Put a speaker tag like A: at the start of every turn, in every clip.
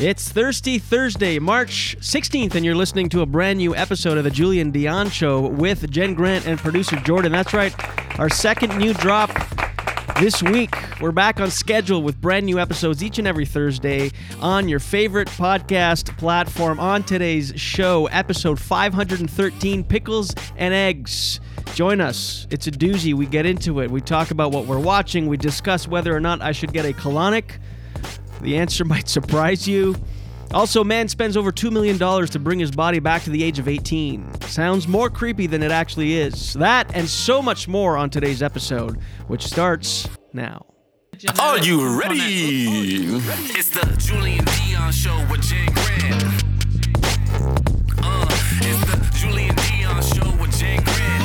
A: It's Thirsty Thursday, March 16th, and you're listening to a brand new episode of The Julian Dion Show with Jen Grant and producer Jordan. That's right, our second new drop this week. We're back on schedule with brand new episodes each and every Thursday on your favorite podcast platform. On today's show, episode 513 Pickles and Eggs. Join us. It's a doozy. We get into it. We talk about what we're watching. We discuss whether or not I should get a colonic. The answer might surprise you. Also, man spends over $2 million to bring his body back to the age of 18. Sounds more creepy than it actually is. That and so much more on today's episode, which starts now.
B: Are you ready?
C: It's the Julian Dion show with Jen Grant. Uh, it's the Julian Dion show with Jen Grant.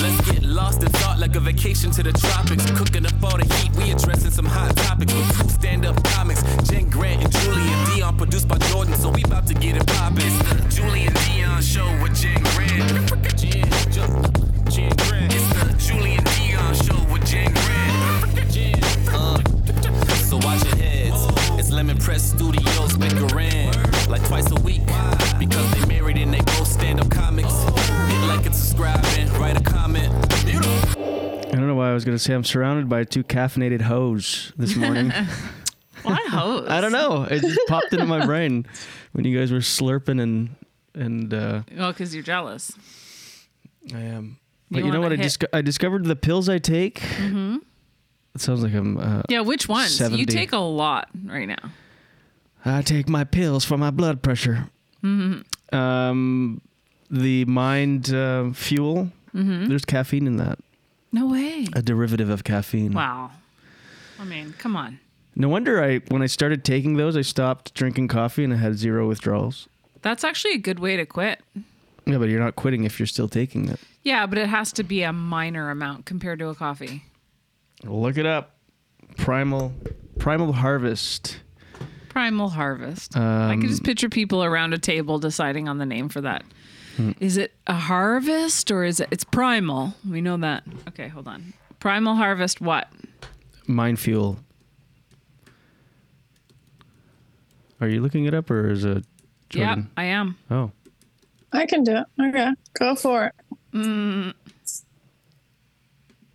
C: Let's get lost in thought like a vacation to the tropics. Cooking up all the heat, we addressing some hot topics with two stand-up comics, Jen Grant and Julian Dion, produced by Jordan. So we about to get it poppin'. It's the Julian Dion show with Jen Grant. Jen, Ju- Jen Grant. It's the Julian Dion show with Jen Grant. Jen, uh, so watch your heads. It's Lemon Press Studios bickering like twice a week because they married and they both stand-up comics. Hit like and subscribe and write a comment.
A: I don't know why I was going to say I'm surrounded by two caffeinated hoes this morning.
D: Why hose?
A: I don't know. It just popped into my brain when you guys were slurping and and uh,
D: Well, because you're jealous.
A: I am.
D: You
A: But you, know what? I,
D: wanna hit- Mm-hmm.
A: disco- I discovered the pills I take. It sounds like I'm. Uh,
D: Yeah, which ones?
A: 70.
D: You take a lot right now.
A: I take my pills for my blood pressure.
D: Mm-hmm.
A: Um, the mind uh, fuel.
D: Mm-hmm.
A: There's caffeine in that.
D: No way.
A: A derivative of caffeine.
D: Wow. I mean, come on.
A: No wonder I when I started taking those, I stopped drinking coffee and I had zero withdrawals.
D: That's actually a good way to quit.
A: Yeah, but you're not quitting if you're still taking it.
D: Yeah, but it has to be a minor amount compared to a coffee.
A: Look it up. Primal, primal harvest.
D: Primal Harvest. I can
A: Um,
D: just picture people around a table deciding on the name for that. Is
A: Hmm.
D: it a harvest or is it? It's primal. We know that. Okay, hold on. Primal Harvest, what?
A: Mind fuel. Are you looking it up or is it?
D: Yeah,
A: Jordan?
D: I am.
A: Oh.
E: I can do it. Okay, go for it.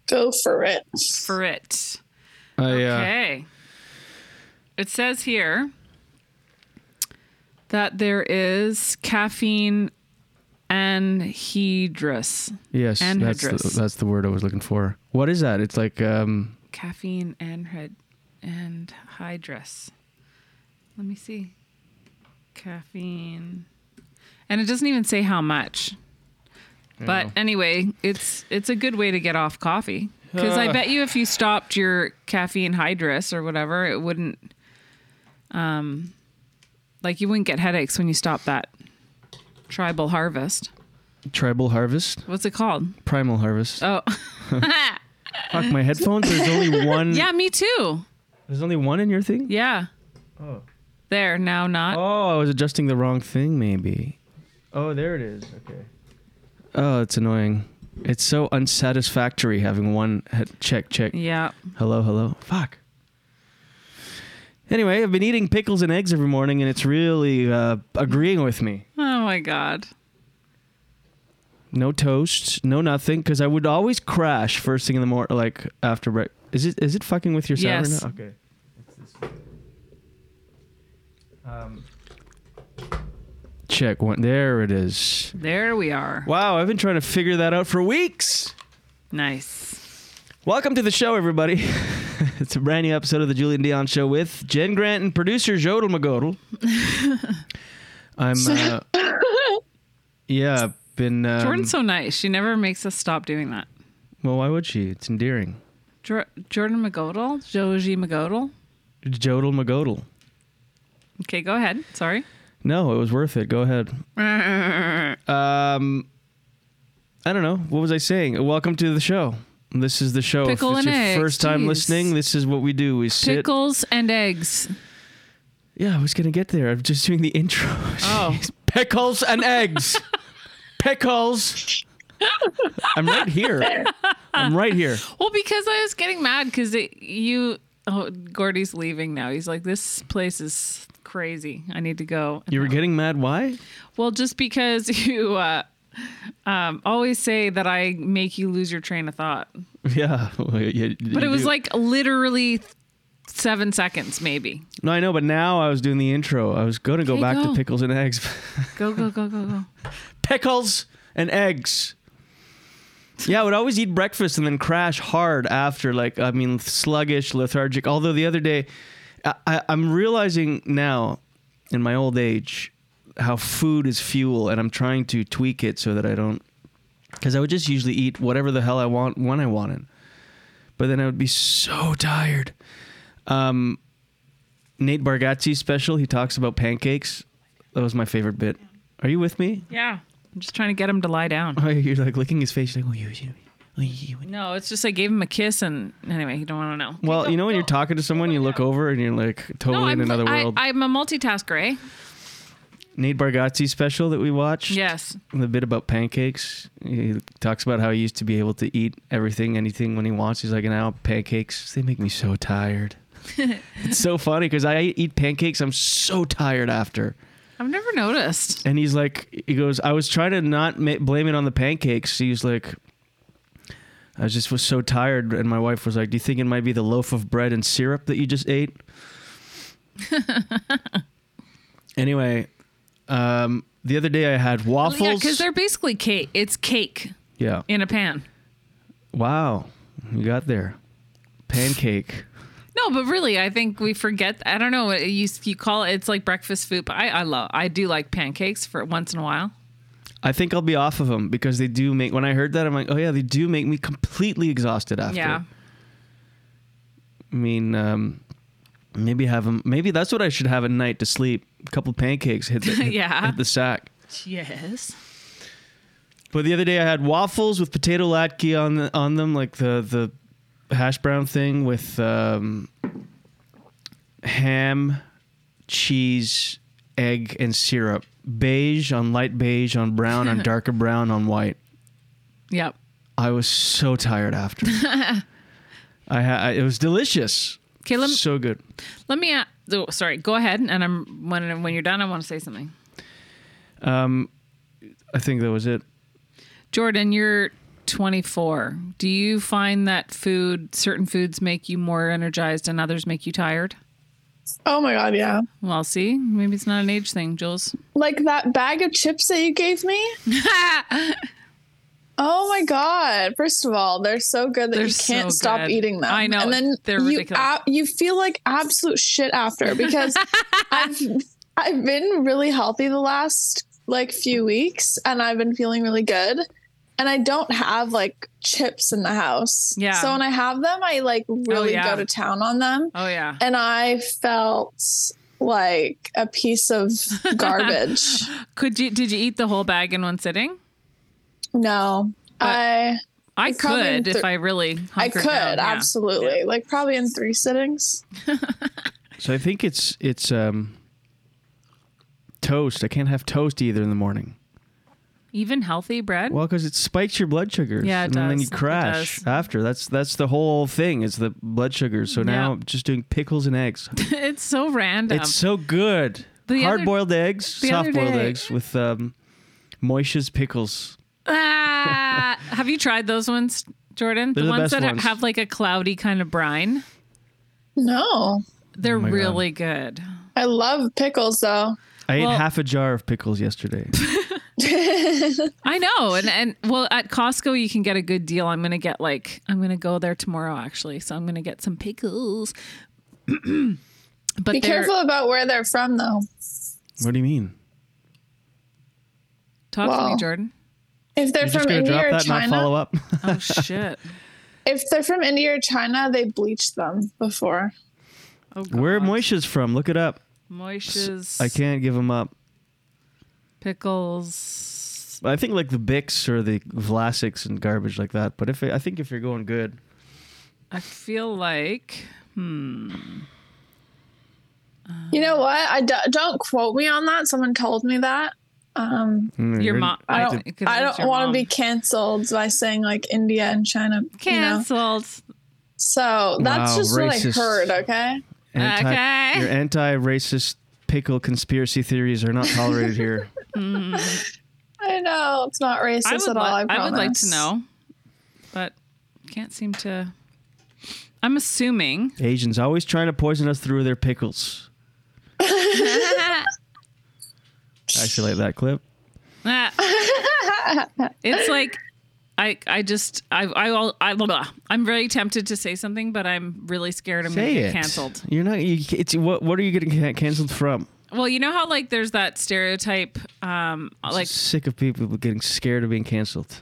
E: Go for it.
D: For it.
A: I, uh,
D: Okay. It says here that there is caffeine anhydrous.
A: Yes, that's the,
D: Anhydrous.
A: that's the word I was looking for. What is that? It's like um,
D: Caffeine anhyd- anhydrous. Let me see. Caffeine. And it doesn't even say how much. But anyway, it's it's a good way to get off coffee. Because I
A: Ugh.
D: bet you if you stopped your caffeine hydrous or whatever, it wouldn't um like you wouldn't get headaches when you stop that tribal harvest.
A: tribal harvest,
D: What's it called?
A: primal harvest.
D: Oh
A: Fuck my headphones. There's only one.
D: yeah, me too.
A: There's only one in your thing.
D: Yeah. There, now not.
A: Oh, I was adjusting the wrong thing. Maybe. Oh, there it is. Okay. Oh, it's annoying. It's so unsatisfactory having one head check check.
D: Yeah.
A: Hello, hello. Fuck. Anyway, I've been eating pickles and eggs every morning, and it's really uh, agreeing with me.
D: Oh my god.
A: no toast, no nothing, because I would always crash first thing in the morning, like after break. Is it is it fucking with your sound
D: Yes.
A: right now? Okay. Um, check one. There it is.
D: There we are.
A: Wow, I've been trying to figure that out for weeks.
D: Nice.
A: Welcome to the show, everybody. it's a brand new episode of the Julian Dion Show with Jen Grant and producer Jodel Magodel. I'm, uh, yeah, been. Um,
D: Jordan's so nice. She never makes us stop doing that.
A: well, why would she? It's endearing.
D: Jor- Jordan McGodal, Joji McGodal.
A: Jodel Magodel.
D: Okay, go ahead. Sorry.
A: No, it was worth it. Go ahead. um, I don't know. What was I saying? Welcome to the show. This is the show.
D: Pickle
A: if it's
D: and
A: your
D: eggs,
A: first time
D: jeez.
A: listening, this is what we do. We sit.
D: Pickles and eggs.
A: Yeah, I was gonna get there. I'm just doing the intro.
D: Oh.
A: Jeez. pickles and eggs. Pickles. I'm right here. I'm right here.
D: Well, because I was getting mad because you oh, Gordy's leaving now. He's like, this place is crazy. I need to go.
A: You were getting mad. Why?
D: Well, just because you uh, um, always say that I make you lose your train of thought,
A: Yeah.
D: but it was like literally seven seconds, maybe.
A: No, I know, but now I was doing the intro. I was going to go
D: Okay,
A: back to
D: go.
A: pickles and eggs.
D: Go go go go go.
A: pickles and eggs. Yeah, I would always eat breakfast and then crash hard after. Like, I mean, sluggish, lethargic. Although the other day, I, I, I'm realizing now in my old age how food is fuel, and I'm trying to tweak it so that I don't. Because I would just usually eat whatever the hell I want when I wanted. But then I would be so tired. Um, Nate Bargatze's special, he talks about pancakes. That was my favorite bit. Are you with me?
D: Yeah, I'm just trying to get him to lie down.
A: Oh, you're like licking his face. You're like, oh, you, you, oh, you. you."
D: No, it's just I gave him a kiss, and anyway, he don't want to know.
A: Well, you know when you're talking to someone, you look over and you're like totally
D: no,
A: in
D: I'm,
A: another
D: I,
A: world.
D: I'm a multitasker, eh?
A: Nate Bargatze special that we watched.
D: Yes.
A: The bit about pancakes. He talks about how he used to be able to eat everything, anything when he wants. He's like, now pancakes, they make me so tired. it's so funny because I eat pancakes. I'm so tired after.
D: I've never noticed.
A: And he's like, he goes, I was trying to not ma- blame it on the pancakes. He's like, I was just was so tired, and my wife was like, "Do you think it might be the loaf of bread and syrup that you just ate?" anyway, um, the other day I had waffles.
D: Oh, Yeah, because they're basically cake. It's cake
A: Yeah.
D: in a pan.
A: Wow, you got there. Pancake.
D: No, but really, I think we forget. I don't know. You you call it. It's like breakfast food, but I I love. I do like pancakes for once in a while.
A: I think I'll be off of them because they do make. When I heard that, I'm like, oh yeah, they do make me completely exhausted after.
D: Yeah.
A: I mean, um, maybe have them. Maybe that's what I should have at night to sleep. A couple pancakes hit the, hit-
D: Yeah.
A: hit the sack.
D: Yes.
A: But the other day I had waffles with potato latke on the, on them, like the the hash brown thing with um, ham, cheese, egg, and syrup. Beige on light beige on brown on darker brown on white.
D: Yep.
A: I was so tired after. I, ha- I it was delicious.
D: Okay. Let,
A: so good.
D: let me. a- Oh, sorry. Go ahead, and I'm when when you're done, I want to say something.
A: I think that was it.
D: Jordan, you're 24. Do you find that food, certain foods, make you more energized, and others make you tired?
E: Oh my god, yeah.
D: Well, see, maybe it's not an age thing, Jules.
E: Like that bag of chips that you gave me. oh my god! First of all, they're so good that
D: They're
E: you can't
D: so
E: stop
D: good.
E: eating them.
D: I know,
E: and then
D: they're
E: you
D: ridiculous.
E: ab- you feel like absolute shit after because I've I've been really healthy the last like few weeks, and I've been feeling really good. And I don't have like chips in the house.
D: Yeah. Oh,
E: So when I have them, I like really
D: yeah.
E: go to town on them.
D: Oh yeah.
E: and I felt like a piece of garbage.
D: Could you? Did you eat the whole bag in one sitting?
E: no, I
D: I
E: It's probably
D: could if
E: thir-
D: I really.
E: I
D: hunkered
E: could
D: down, yeah.
E: absolutely like probably in three sittings.
A: So I think it's it's um toast. I can't have toast either in the morning.
D: Even healthy bread.
A: Well, because it spikes your blood sugars.
D: Yeah, it
A: and then
D: does.
A: you
D: It
A: crash
D: does.
A: after. That's that's the whole thing. Is the blood sugars. So now I'm just doing pickles and eggs.
D: it's so random.
A: It's so good.
D: The other-
A: Hard boiled eggs,
D: the other
A: soft boiled
D: day-
A: eggs with um, Moisha's pickles.
D: Ah, have you tried those ones, Jordan?
A: They're the
D: ones
A: best
D: that ha-
A: ones.
D: have like a cloudy kind of brine.
E: No,
D: They're
A: Oh God.
D: really good.
E: I love pickles though.
A: I ate
D: Well-
A: half a jar of pickles yesterday.
D: I know, and and well, at Costco you can get a good deal. I'm gonna get like I'm gonna go there tomorrow actually, so I'm gonna get some pickles. but
E: Be
D: they're-
E: careful about where they're from though.
A: what do you mean?
D: Talk to
E: Wow.
D: me, Jordan.
E: If they're
A: You're just
E: from
A: gonna
E: India
A: drop
E: or
A: that and not
E: China,
A: follow up.
D: Oh shit!
E: if they're from India or China, they bleach them before.
D: Oh, God.
A: Where Moisha's from? Look it up.
D: Moishes
A: I can't give them up.
D: pickles.
A: I think like the Bix or the Vlasics and garbage like that. But if I think if you're going good,
D: I feel like
E: You know what? I d- don't quote me on that. Someone told me that. Um,
A: mm,
D: your
A: you're-
D: mom.
E: I
D: it
E: don't.
D: could
E: I
D: have been
E: don't
D: your
E: want to
D: mom.
E: be canceled by saying like India and China. you know?
D: canceled.
E: So that's
A: Wow,
E: just
A: racist.
E: what I heard, okay?
A: Anti-
D: Okay.
A: Your anti-racist pickle conspiracy theories are not tolerated here.
E: I know it's not racist
D: I would,
E: at
D: li-
E: all. I,
D: I would like to
E: promise.
D: know, but can't seem to. I'm assuming.
A: Asians always trying to poison us through their pickles. Isolate that clip.
D: Ah. it's like I I just I I all I blah, blah. I'm very tempted to say something, but I'm really scared I'm
A: Say
D: gonna
A: it.
D: get canceled.
A: You're not. You, it's what? What are you getting can- canceled from?
D: Well, you know how like there's that stereotype, um, like
A: Sick of people getting scared of being canceled.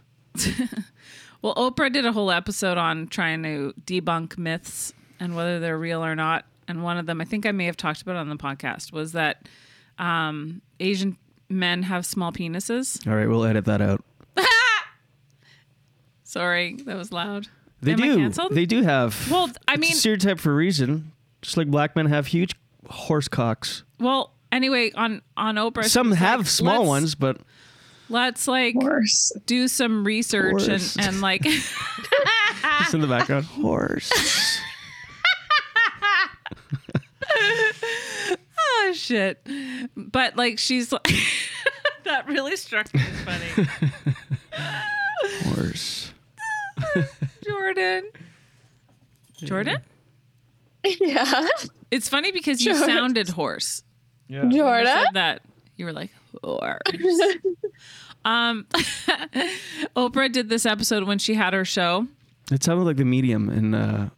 D: well, Oprah did a whole episode on trying to debunk myths and whether they're real or not. And one of them, I think I may have talked about on the podcast, was that um, Asian men have small penises.
A: All right, we'll edit that out.
D: Sorry, that was loud.
A: They
D: Am I
A: do.
D: canceled?
A: they do have.
D: Well, I
A: it's a
D: mean-
A: stereotype for a reason. Just like black men have huge horse cocks.
D: Well, anyway, on on Oprah,
A: Some
D: she's
A: have
D: like,
A: small
D: "Let's-
A: ones, but
D: Let's like
E: Worse.
D: do some research and,
A: Horse.
D: and like ah,
A: it's in the background. Horse.
D: oh shit but like she's like that really struck me as funny
A: Horse.
D: jordan jordan
E: Yeah.
D: it's funny because you
E: Jordan.
D: sounded hoarse You
E: Jordan?
D: said that you were like horse um oprah did this episode when she had her show
A: It sounded like the medium in uh,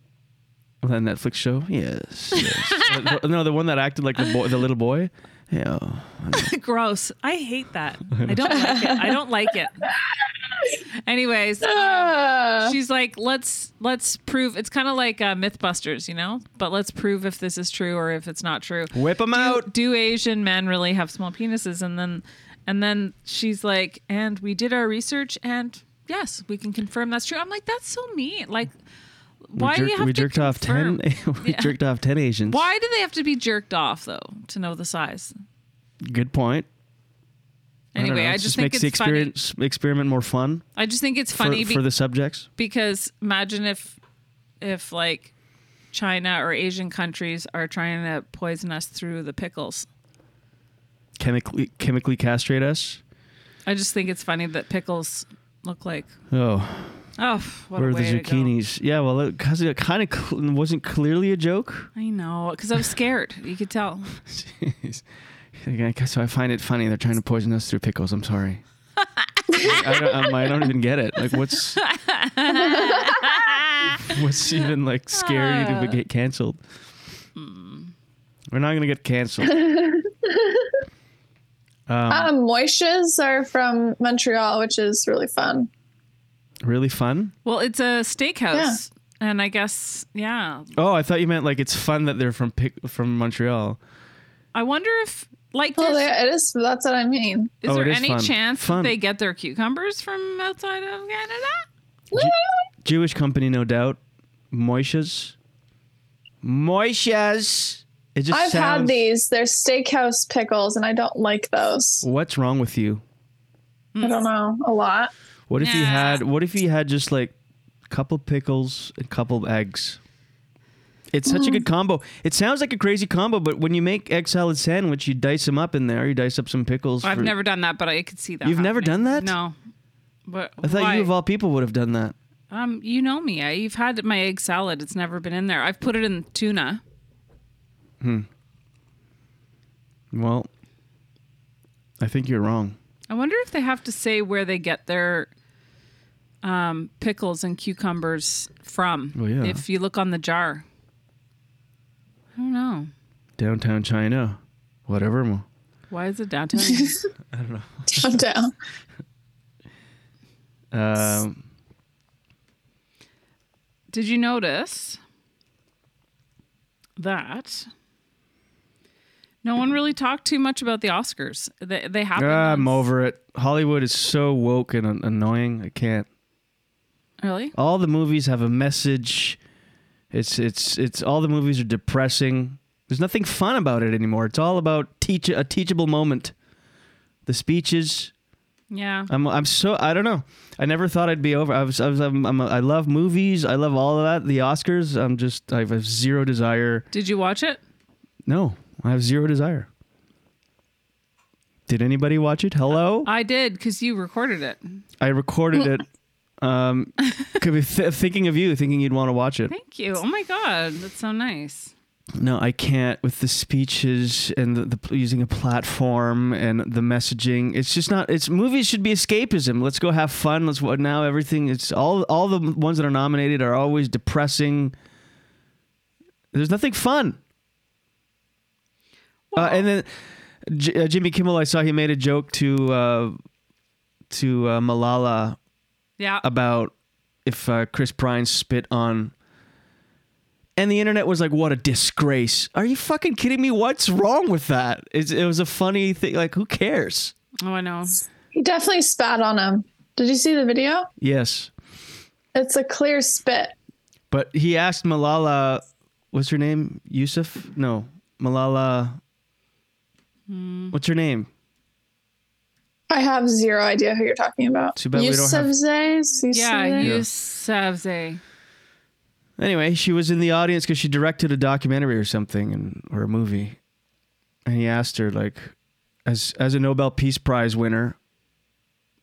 A: that Netflix show. Yes. yes. no, the one that acted like the boy, the little boy. Yeah.
D: gross i hate that i don't like it i don't like it anyways
E: Uh,
D: she's like let's let's prove it's kind of like uh, mythbusters you know but let's prove if this is true or if it's not true
A: Whip 'em out.
D: do asian men really have small penises and then and then she's like and we did our research and yes we can confirm that's true i'm like that's so mean like why
A: we jerked,
D: do you have
A: we
D: to
A: jerked off
D: confirm?
A: ten. we jerked off ten Asians.
D: why do they have to be jerked off though to know the size
A: Good point. I don't
D: anyway
A: know.
D: i,
A: It
D: just,
A: just
D: think
A: makes
D: it's
A: the
D: funny
A: experience experiment more fun
D: i just think it's
A: for,
D: funny
A: for the subjects.
D: because imagine if if like China or Asian countries are trying to poison us through the pickles.
A: Chemically chemically castrate us.
D: I just think it's funny that pickles look like
A: Oh,
D: oh what
A: where
D: a
A: are the
D: way To
A: zucchinis? Yeah, well, it, cause it kind of cl- wasn't clearly a joke.
D: go. I know because I was scared. You could tell.
A: Jeez. Okay, So I find it funny they're trying to poison us through pickles. I'm sorry. I, don't, I'm- I don't even get it. Like, what's what's even like scary to be- get canceled? We're not gonna get canceled.
E: um, Moishas are from Montreal, which is really fun.
A: Really fun.
D: Well, it's a steakhouse, and I guess yeah.
A: Oh, I thought you meant like it's fun that they're from pic- from Montreal.
D: I wonder if like
E: Well,
D: there's-
E: they- it is. That's what I mean.
D: is
A: Oh,
D: there
A: it is
D: any
A: fun.
D: chance
A: Fun.
D: that they get their cucumbers from outside of Canada?
A: Jewish company, no doubt. Moishas. Moishas. It just
E: I've had
A: sounds-
E: these. They're steakhouse pickles, and I don't like those.
A: What's wrong with you?
E: I don't know a lot.
A: What if you
D: Nah.
A: had? What if you had just like a couple pickles, a couple eggs? It's such a
D: Mm.
A: good combo. It sounds like a crazy combo, but when you make egg salad sandwich, you dice them up in there. You dice up some pickles.
D: I've
A: for-
D: never done that, but I could see that.
A: You've never done
D: happening.
A: that?
D: No. But
A: I thought you of all people would have done that.
D: Um, you know me. I, you've had my egg salad. It's never been in there. I've put it in tuna.
A: Well, I think you're wrong.
D: I wonder if they have to say where they get their um, pickles and cucumbers from.
A: Well, Oh, yeah.
D: If you look on the jar, I don't know.
A: Downtown China, whatever. mo.
D: Why is it downtown?
E: Calm down.
A: Um,
D: Did you notice that? No one really talked too much about the Oscars. They, they happened.
A: I'm
D: on-
A: over it. Hollywood is so woke and an- annoying. I can't.
D: Really?
A: all the movies have a message. It's it's it's all the movies are depressing. There's nothing fun about it anymore. It's all about teach a teachable moment. The speeches,
D: Yeah.
A: I'm I'm so I don't know. I never thought I'd be over. I was, I was I'm, I'm, I love movies. I love all of that. The Oscars. I'm just I have zero desire.
D: Did you watch it?
A: No, I have zero desire. Did anybody watch it? Hello,
D: I did because you recorded it.
A: I recorded it. Um, could be th- thinking of you, thinking you'd want to watch it.
D: Thank you. Oh my god, that's so nice.
A: No, I can't with the speeches and the, the using a platform and the messaging. It's just not. It's movies should be escapism. Let's go have fun. Let's wa- now everything. It's all all the ones that are nominated are always depressing. There's nothing fun. Uh, and then J- uh, Jimmy Kimmel, I saw he made a joke to uh, to uh, Malala
D: Yeah.
A: about if uh, Chris Pine spit on. And the internet was like, "What a disgrace! Are you fucking kidding me? What's wrong with that?" It's, it was a funny thing. Like, who cares?
D: oh, I know.
E: He definitely spat on him. Did you see the video?
A: Yes,
E: It's a clear spit.
A: but he asked Malala, "What's her name? Yusuf? No, Malala. What's her name?
E: I have zero idea who you're talking about.
A: Too bad we don't have-
E: Yousafzai? Yousafzai?
D: Yeah, you Savze.
A: Anyway, she was in the audience because she directed a documentary or something and or a movie, and he asked her like, as as a Nobel Peace Prize winner,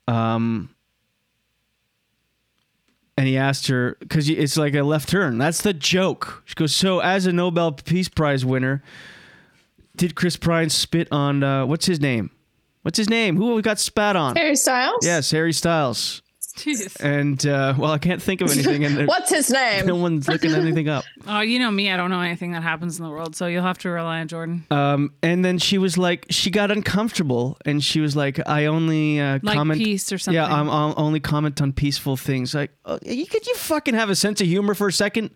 A: um, and he asked her because it's like a left turn. That's the joke. She goes, so as a Nobel Peace Prize winner, did Chris Pine spit on uh, what's his name? What's his name? Who got spat on?
E: Harry Styles?
A: Yes, Harry Styles.
D: Jeez.
A: And uh, well, I can't think of anything. And
E: What's his
A: No
E: name?
A: one's looking anything up.
D: Oh, you know me. I don't know anything that happens in the world, so you'll have to rely on Jordan.
A: Um, and then she was like, she got uncomfortable, and she was like, I only uh,
D: Like
A: comment
D: peace or something.
A: Yeah, I'm, i only comment on peaceful things. Like, oh, you, could you fucking have a sense of humor for a second?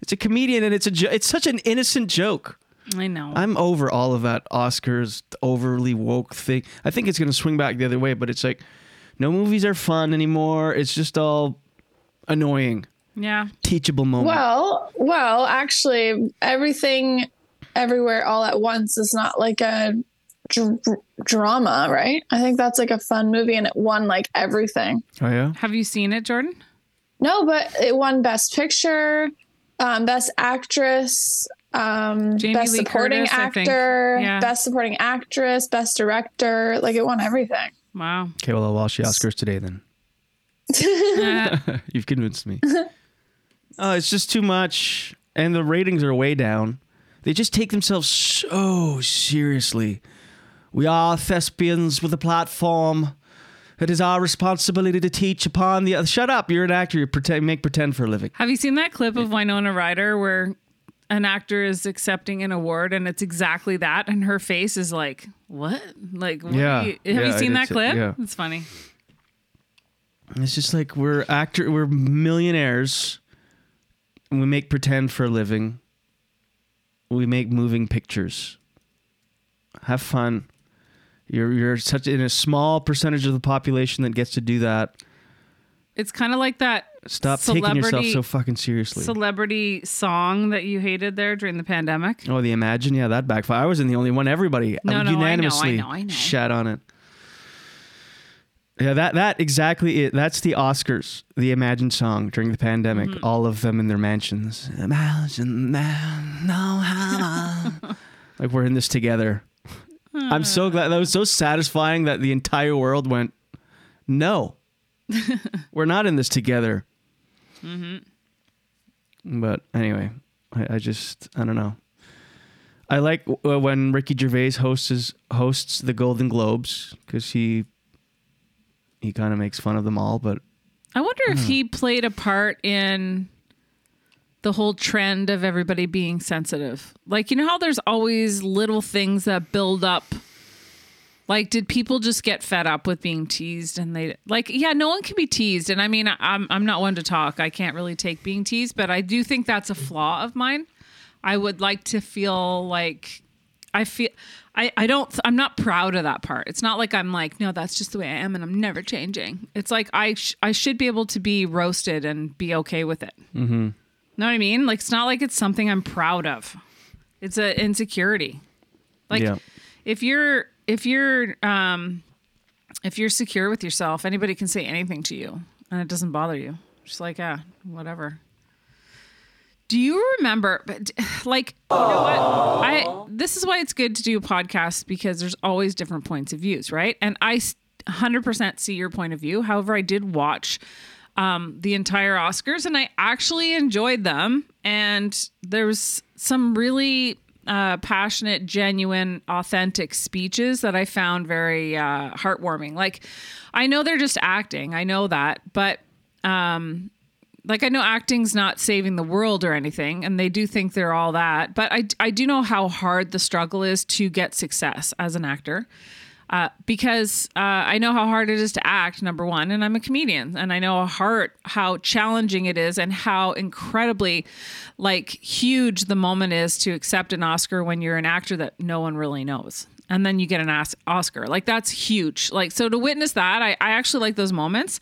A: It's a comedian, and it's a jo- it's such an innocent joke.
D: I know.
A: I'm over all of that Oscars overly woke thing. I think it's gonna swing back the other way, but it's like, no movies are fun anymore. It's just all annoying,
D: yeah.
A: teachable moment.
E: Well, well, actually, everything, everywhere, all at once is not like a dr- drama, right? I think that's like a fun movie, and it won like everything.
A: oh yeah.
D: Have you seen it, Jordan?
E: No, but it won Best Picture, um, Best Actress, um,
D: Jamie
E: Best
D: Lee
E: Supporting
D: Curtis, I think.
E: Actor,
D: Yeah.
E: Best Supporting Actress, Best Director. Like it won everything.
D: Wow.
A: Okay, well I'll watch the Oscars today then.
D: Uh,
A: You've convinced me. uh, it's just too much, and the ratings are way down. They just take themselves so seriously. We are thespians with a platform. It is our responsibility to teach upon the. Shut up! You're an actor. You pretend, make pretend for a living.
D: have you seen that clip of Winona Ryder where an actor is accepting an award and it's exactly that, and her face is like, "What? Like, what are
A: Yeah.
D: you- have
A: Yeah,
D: you
A: I
D: seen
A: did
D: that
A: see-
D: clip?
A: yeah.
D: It's funny.
A: It's just like we're actor, we're millionaires, and we make pretend for a living. We make moving pictures. Have fun. You're you're such in a small percentage of the population that gets to do that.
D: It's kind of like that
A: Stop taking yourself
D: Celebrity-
A: so fucking seriously.
D: celebrity song that you hated there during the pandemic.
A: oh, the Imagine, yeah, that backfired. I wasn't the only one. Everybody
D: No, no, I know, I
A: unanimously
D: know, I know.
A: shat on it. Yeah, that that exactly it. That's the Oscars, the Imagine song during the pandemic.
D: Mm-hmm.
A: All of them in their mansions. Imagine that, no how. like we're in this together. I'm so glad that was so satisfying that the entire world went, no, we're not in this together.
D: Mm-hmm.
A: But anyway, I, I just I don't know. I like uh, when Ricky Gervais hosts his, hosts the Golden Globes because he he kind of makes fun of them all. But
D: I wonder if he played a part in the whole trend of everybody being sensitive. Like, you know how there's always little things that build up. Like, did people just get fed up with being teased? And they like, yeah, no one can be teased. And I mean, I- I'm I'm not one to talk. I can't really take being teased, but I do think that's a flaw of mine. I would like to feel like I feel I, I don't I'm not proud of that part. It's not like I'm like no that's just the way I am and I'm never changing. It's like I sh- I should be able to be roasted and be okay with it. Mm-hmm. Know what I mean? Like it's not like it's something I'm proud of. It's a insecurity. Like
A: yeah,
D: if you're if you're um if you're secure with yourself, anybody can say anything to you and it doesn't bother you. Just like, yeah, whatever. Do you remember but like you know what? I this is why it's good to do podcasts because there's always different points of views, right? And I s- 100% see your point of view. However, I did watch um, the entire Oscars and I actually enjoyed them and there was some really uh, passionate, genuine, authentic speeches that I found very uh, heartwarming. Like, I know they're just acting, I know that, but like I know acting's not saving the world or anything, and they do think they're all that. But I, I do know how hard the struggle is to get success as an actor, uh, because uh, I know how hard it is to act. Number one, and I'm a comedian, and I know how hard, how challenging it is, and how incredibly, like huge the moment is to accept an Oscar when you're an actor that no one really knows and then you get an Os- Oscar. Like that's huge. Like so to witness that, I, I actually like those moments.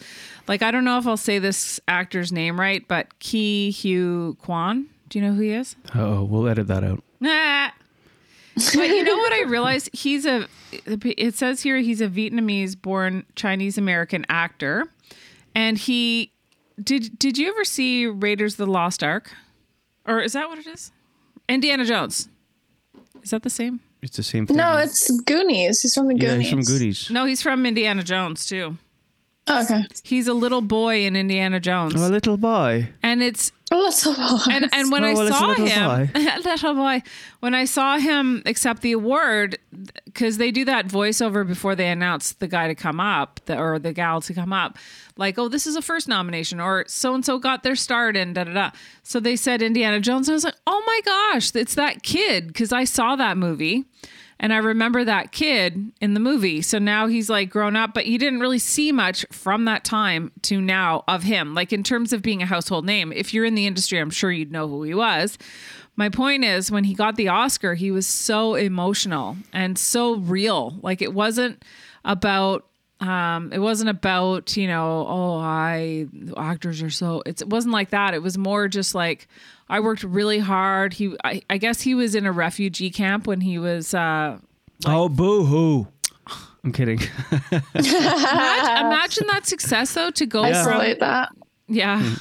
D: Like I don't know if I'll say this actor's name right, but Ki Hugh Kwan. Do you know who he is?
A: Oh, we'll edit that out.
D: Nah. but you know what I realized? He's a. It says here he's a Vietnamese-born Chinese American actor, and he did. Did you ever see Raiders of the Lost Ark, or is that what it is? Indiana Jones. Is that the same?
A: It's the same thing.
E: No, it's Goonies. He's from the
A: yeah,
E: Goonies. Oh,
A: he's from Goodies.
D: No, he's from Indiana Jones too.
E: Okay.
D: He's a little boy in Indiana Jones,
A: A little boy.
D: and it's
E: Well, that's a lot.
D: and and when
A: Oh, well,
D: I
A: it's a
D: saw
A: little
D: him, little boy, when I saw him accept the award, because they do that voiceover before they announce the guy to come up the, or the gal to come up, like oh this is a first nomination or so and so got their start and da da da. So they said Indiana Jones, and I was like oh my gosh, it's that kid because I saw that movie. And I remember that kid in the movie. So now he's like grown up, but you didn't really see much from that time to now of him. Like in terms of being a household name, if you're in the industry, I'm sure you'd know who he was. My point is, when he got the Oscar, he was so emotional and so real. Like it wasn't about um, it wasn't about you know oh i actors are so it's, it wasn't like that it was more just like i worked really hard he i, I guess he was in a refugee camp when he was uh
A: Oh, boo hoo. I'm kidding.
D: imagine, imagine that success though to go
E: I
D: from
E: relate that.
D: yeah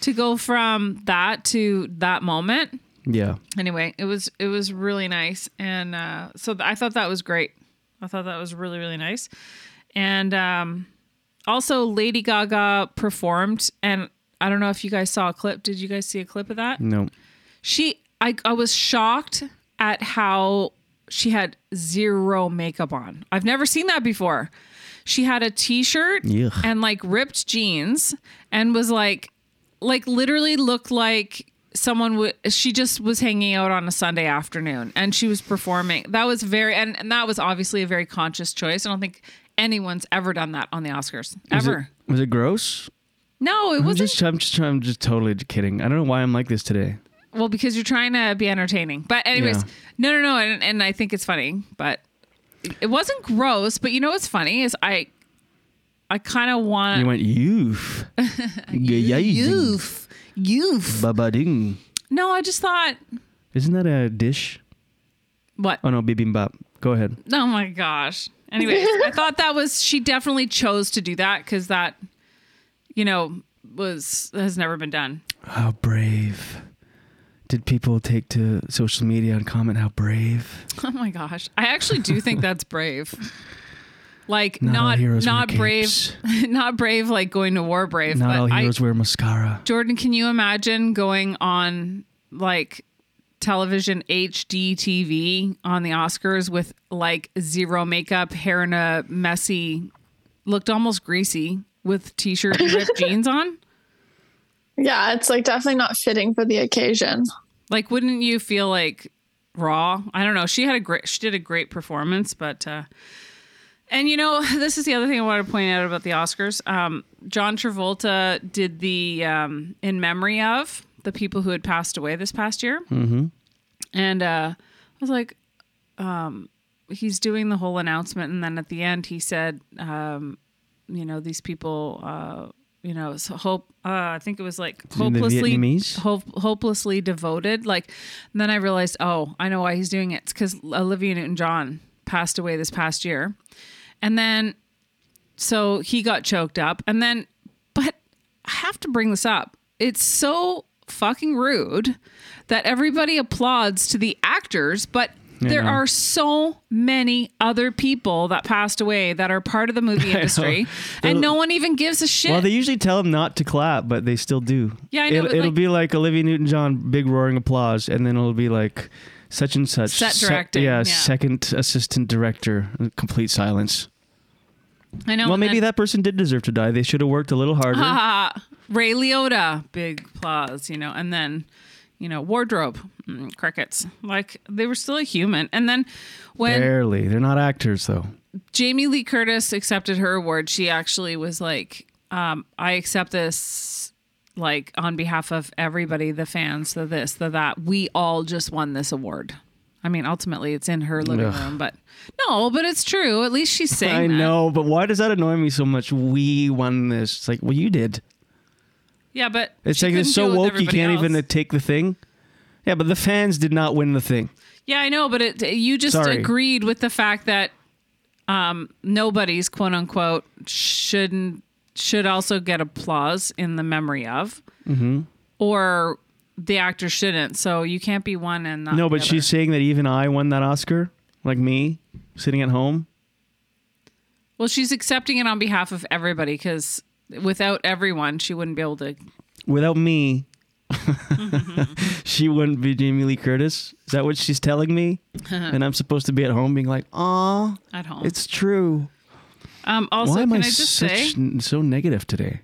D: to go from that to that moment
A: yeah.
D: anyway it was it was really nice and uh so th- i thought that was great i thought that was really really nice and um also lady gaga performed and i don't know if you guys saw a clip did you guys see a clip of that
A: No.
D: she I, I was shocked at how she had zero makeup on i've never seen that before she had a t-shirt
A: Yuck.
D: and like ripped jeans and was like like literally looked like someone would she just was hanging out on a sunday afternoon and she was performing that was very and, and that was obviously a very conscious choice i don't think anyone's ever done that on the oscars
A: Was
D: ever
A: it, was it gross?
D: no it
A: I'm
D: wasn't
A: just, I'm just, I'm just totally kidding. I don't know why I'm like this today.
D: Well, because you're trying to be entertaining. But anyways,
A: Yeah.
D: no, no, no, and, and I think it's funny, but it- it wasn't gross. But you know what's funny is I, I kind of want
A: You went yoof, yoof,
D: youth.
A: baba ding.
D: No, I just thought
A: Isn't that a dish?
D: what?
A: Oh no, bibimbap. Go ahead.
D: Oh my gosh. Anyways, I thought that was she definitely chose to do that because that, you know, was has never been done.
A: How brave. Did people take to social media and comment how brave?
D: Oh my gosh. I actually do think that's brave. Like
A: Not all
D: not
A: heroes wear
D: not brave, not brave like going to war brave.
A: Not
D: but
A: all
D: I-
A: heroes wear mascara.
D: Jordan, can you imagine going on like television HD TV on the Oscars with like zero makeup, hair in a messy, looked almost greasy with t-shirt and ripped jeans on?
E: Yeah, it's like definitely not fitting for the occasion.
D: Like, wouldn't you feel like raw? I don't know. She had a great, she did a great performance, but, uh, and you know, this is the other thing I wanted to point out about the Oscars. Um, John Travolta did the, um, in memory of the people who had passed away this past year. Mm-hmm. And, uh, I was like, um, he's doing the whole announcement. And then at the end, he said, um, you know, these people, uh, you know, so hope, uh, I think it was like
A: in the
D: hopelessly,
A: Vietnamese?
D: hope, hopelessly devoted. Like, and then I realized, oh, I know why he's doing it. It's because Olivia Newton John passed away this past year. And then so he got choked up. And then, but I have to bring this up. It's so fucking rude that everybody applauds to the actors, but there
A: know.
D: are so many other people that passed away that are part of the movie industry, and no one even gives a shit.
A: Well, they usually tell them not to clap, but they still do.
D: Yeah, I know,
A: It'll,
D: but,
A: it'll
D: like-
A: be like Olivia Newton-John, big roaring applause, and then it'll be like such and such
D: Set
A: se-
D: directing,
A: yeah,
D: yeah.
A: second assistant director, complete silence.
D: I know.
A: well,
D: Oh, and
A: maybe
D: then- Uh-huh. uh,
A: that person did deserve to die. They should have worked a little harder.
D: Ray Liotta, big applause, you know, and then, you know, wardrobe, mm, crickets. Like they were still a human. And then when
A: Barely. They're not actors though.
D: Jamie Lee Curtis accepted her award, she actually was like, um, I accept this like on behalf of everybody, the fans, the this, the that. We all just won this award. I mean, ultimately it's in her living
A: Ugh.
D: room, but no, but it's true. At least she's saying
A: I
D: that.
A: know, but why does that annoy me so much? We won this. It's like, well, you did.
D: Yeah, but
A: It's
D: she
A: like it's
D: couldn't
A: so
D: do it with
A: woke you
D: everybody
A: can't
D: else.
A: even uh, take the thing. Yeah, but the fans did not win the thing.
D: Yeah, I know, but it, you just
A: Sorry.
D: agreed with the fact that um, nobody's quote unquote shouldn't should also get applause in the memory of,
A: Mm-hmm.
D: or the actor shouldn't. So you can't be one and not
A: No, but
D: the
A: she's
D: other.
A: saying that even I won that Oscar, like me, sitting at home.
D: well, she's accepting it on behalf of everybody because without everyone, she wouldn't be able to.
A: Without me, she wouldn't be Jamie Lee Curtis. Is that what she's telling me? and I'm supposed to be at home being like, "Aw,
D: At home.
A: it's true."
D: Um, also,
A: Why am
D: can I,
A: I,
D: just
A: such,
D: say,
A: so negative today?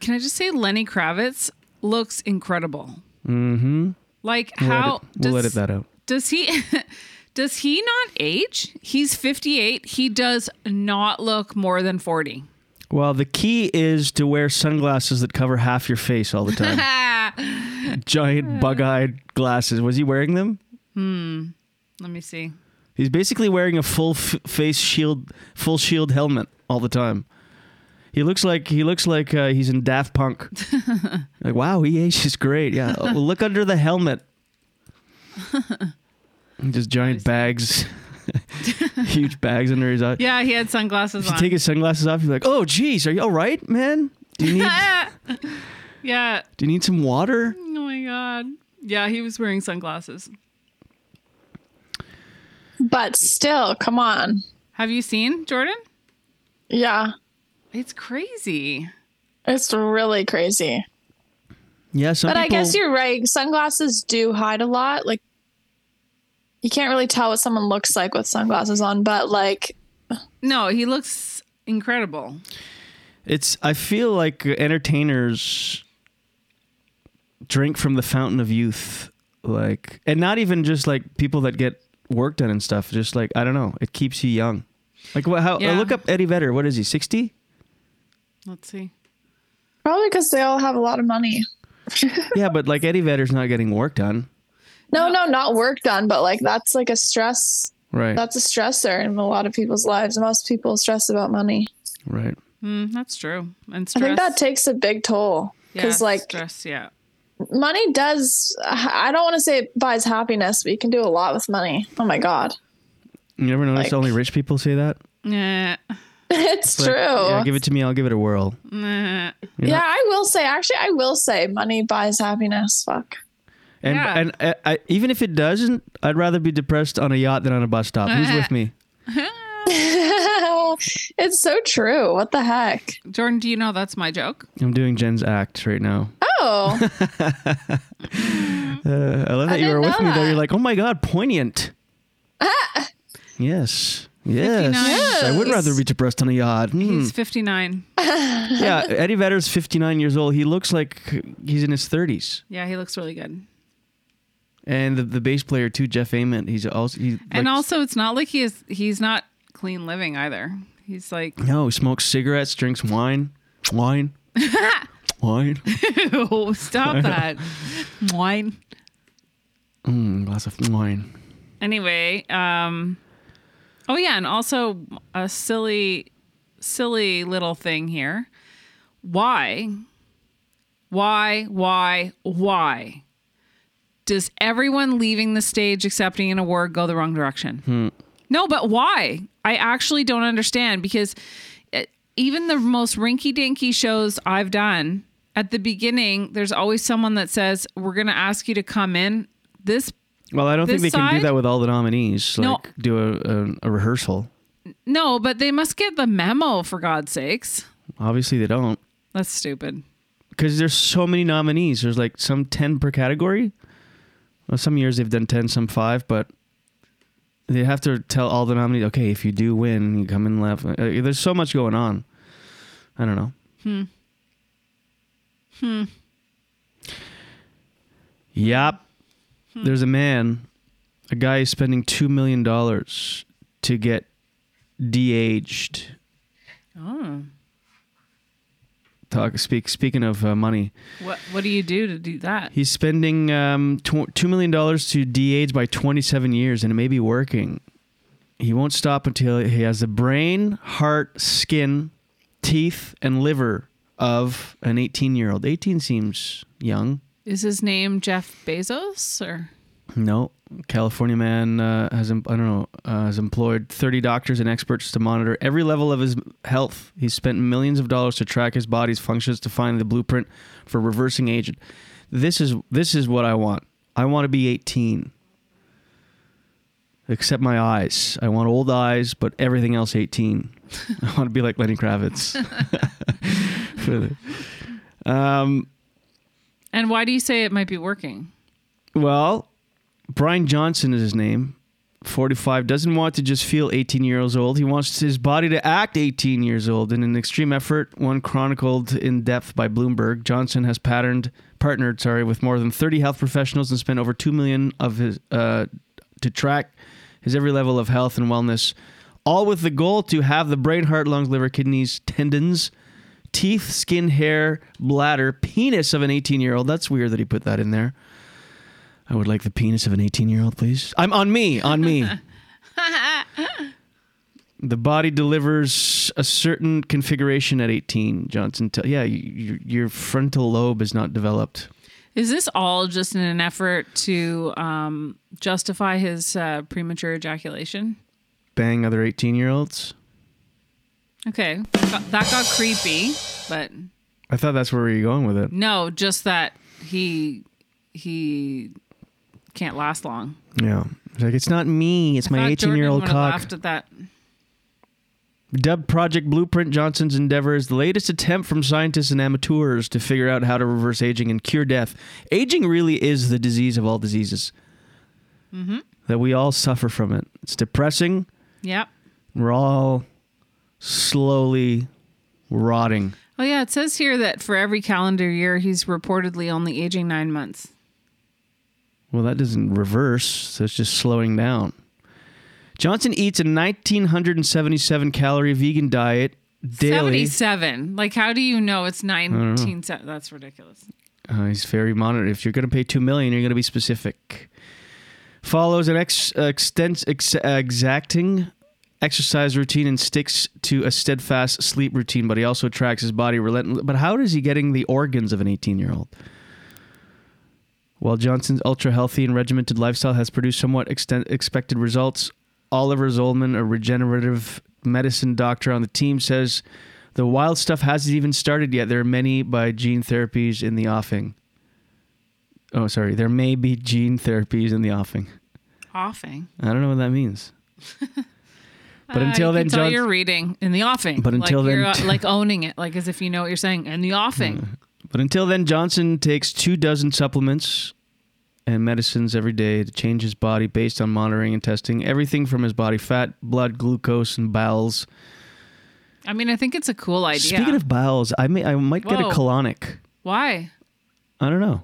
D: can I just say, Lenny Kravitz looks incredible. Mm-hmm. Like
A: We'll
D: how
A: edit, we'll
D: does-
A: edit that out.
D: Does he does he not age? He's 58. He does not look more than 40.
A: Well, the key is to wear sunglasses that cover half your face all the time.
D: Ah,
A: Giant bug-eyed glasses. Was he wearing them?
D: let me see.
A: He's basically wearing a full f- face shield, full shield helmet all the time. He looks like he looks like uh, he's in Daft Punk. like wow, he ages great. Yeah, Oh, look under the helmet. Just giant bags, huge bags under his eyes.
D: Yeah, he had sunglasses
A: if you
D: on.
A: take his sunglasses off, you're like, oh geez, are you all right, man? Do you need
D: Ah. yeah.
A: do you need some water?
D: Oh my god. Yeah, he was wearing sunglasses.
E: But still, come on.
D: Have you seen Jordan?
E: Yeah.
D: It's crazy.
E: It's really crazy.
A: Yeah, some
E: But I
A: people-
E: guess you're right. Sunglasses do hide a lot. Like you can't really tell what someone looks like with sunglasses on, but like
D: No, he looks incredible.
A: It's. I feel like entertainers drink from the fountain of youth, like, and not even just like people that get work done and stuff. Just like I don't know, it keeps you young. Like what? How?
D: Yeah.
A: Look up Eddie Vedder. What is he? Sixty?
D: Let's see.
E: probably because they all have a lot of money.
A: Yeah, but like Eddie Vedder's not getting work done,
E: No, no, not work done, but like that's like a stress.
A: right?
E: That's a stressor in a lot of people's lives. Most people stress about money.
A: right.
D: Mm, that's true. And
E: I
D: stress.
E: think that takes a big toll because
D: yeah,
E: like
D: stress, yeah.
E: money does. I don't want to say it buys happiness, but you can do a lot with money. Oh my god,
A: You ever notice
E: Like-
A: only rich people say that?
D: Nah,
E: it's
A: Like,
E: true.
A: Yeah, give it to me. I'll give it a whirl.
D: nah.
E: Yeah, I will say. Actually, I will say, money buys happiness. Fuck.
A: And
D: Yeah.
A: and I, I, even if it doesn't, I'd rather be depressed on a yacht than on a bus stop. Who's with me?
E: it's so true. What the heck?
D: Jordan, do you know that's my joke?
A: I'm doing Jen's act right now.
E: Oh,
A: Uh, I love that you
E: didn't
A: were with
E: know
A: me though.
E: that.
A: You're like, oh my god, poignant. Yes. Yes.
D: 59.
A: I would rather be depressed on a yacht. Mm.
D: He's 59.
A: Yeah, Eddie Vedder's 59 years old. He looks like he's in his 30s.
D: Yeah, he looks really good.
A: And the, the bass player too, Jeff Ament. He's also he
D: and
A: like,
D: also, it's not like he is, he's not clean living either. He's like,
A: no smokes cigarettes, drinks wine, wine, wine,
D: oh, stop that. Wine.
A: Mm, glass of wine.
D: Anyway, um, oh, yeah. And also, a silly, silly little thing here. Why, why, why, why does everyone leaving the stage accepting an award go the wrong direction? No, but why? I actually don't understand because it, even the most rinky dinky shows I've done, at the beginning, there's always someone that says, We're going to ask you to come in. This,
A: Well, I don't think they
D: This
A: can do
D: side?
A: that with all the nominees. Like
D: No.
A: do a, a, a rehearsal.
D: no, but they must get the memo for God's sakes.
A: Obviously, they don't
D: That's stupid.
A: because there's so many nominees. There's like some ten per category. Well, some years they've done ten, some five, but they have to tell all the nominees, okay, if you do win, you come in left. Uh, there's so much going on. I don't know. Hmm. Hmm. Yep. There's a man, a guy is spending two million dollars to get de-aged.
D: Oh.
A: Talk. Speak. Speaking of uh, money.
D: What, what do you do to do that?
A: He's spending um, tw- two million dollars to de-age by 27 years, and it may be working. He won't stop until he has the brain, heart, skin, teeth, and liver of an 18-year-old. 18 seems young.
D: Is his name Jeff Bezos or?
A: No, California man uh, has em- I don't know uh, has employed 30 doctors and experts to monitor every level of his health. He's spent millions of dollars to track his body's functions to find the blueprint for reversing aging. This is this is what I want. I want to be 18. Except my eyes. I want old eyes, but everything else 18. I want to be like Lenny Kravitz. For the- um,
D: And why do you say it might be working?
A: well, Brian Johnson is his name. 45 doesn't want to just feel 18 years old. He wants his body to act 18 years old. In an extreme effort, one chronicled in depth by Bloomberg, Johnson has patterned partnered, sorry, with more than 30 health professionals and spent over 2 million of his uh, to track his every level of health and wellness, all with the goal to have the brain, heart, lungs, liver, kidneys, tendons, teeth, skin, hair, bladder, penis of an 18-year-old. That's weird that he put that in there. I would like the penis of an 18 year old, please. I'm on me, on me. the body delivers a certain configuration at 18, Johnson. Tell yeah, y- y- your frontal lobe is not developed.
D: Is this all just in an effort to um, justify his uh, premature ejaculation?
A: Bang other 18 year olds.
D: Okay, that got, that got creepy, but
A: I thought that's where we were going with it.
D: no, just that he he can't last long.
A: Yeah. It's like, it's not me, it's my
D: Thought
A: 18 year
D: Jordan
A: old
D: would've
A: cock.
D: laughed at that.
A: Dubbed Project Blueprint Johnson's endeavor is the latest attempt from scientists and amateurs to figure out how to reverse aging and cure death. Aging really is the disease of all diseases. That we all suffer from it. It's depressing.
D: Yep.
A: We're all slowly rotting.
D: Oh yeah, it says here that for every calendar year, he's reportedly only aging nine months.
A: Well, that doesn't reverse, so it's just slowing down. Johnson eats a 1977 calorie vegan diet daily.
D: Seventy-seven. Like, how do you know it's nineteen? Se- that's ridiculous.
A: Uh, he's very monitored. If you're going to pay two million, you're going to be specific. Follows an ex, uh, extens, ex, uh, exacting exercise routine and sticks to a steadfast sleep routine. But he also tracks his body relentlessly. But how is he getting the organs of an 18 year old? While Johnson's ultra healthy and regimented lifestyle has produced somewhat exten- expected results, Oliver Zolman, a regenerative medicine doctor on the team, says the wild stuff hasn't even started yet. There are many by gene therapies in the offing. Oh, sorry. There may be gene therapies in the offing.
D: Offing.
A: I don't know what that means. But until
D: Uh, you
A: then,
D: can tell
A: John-
D: you're reading in the offing.
A: But until
D: like
A: then- Mm.
D: you're, uh, like owning it, like as if you know what you're saying in the offing.
A: But until then, Johnson takes two dozen supplements and medicines every day to change his body based on monitoring and testing everything from his body fat, blood, glucose, and bowels.
D: I mean, I think it's a cool idea.
A: Speaking of bowels, I may I might get a
D: Whoa.
A: colonic.
D: why?
A: I don't know.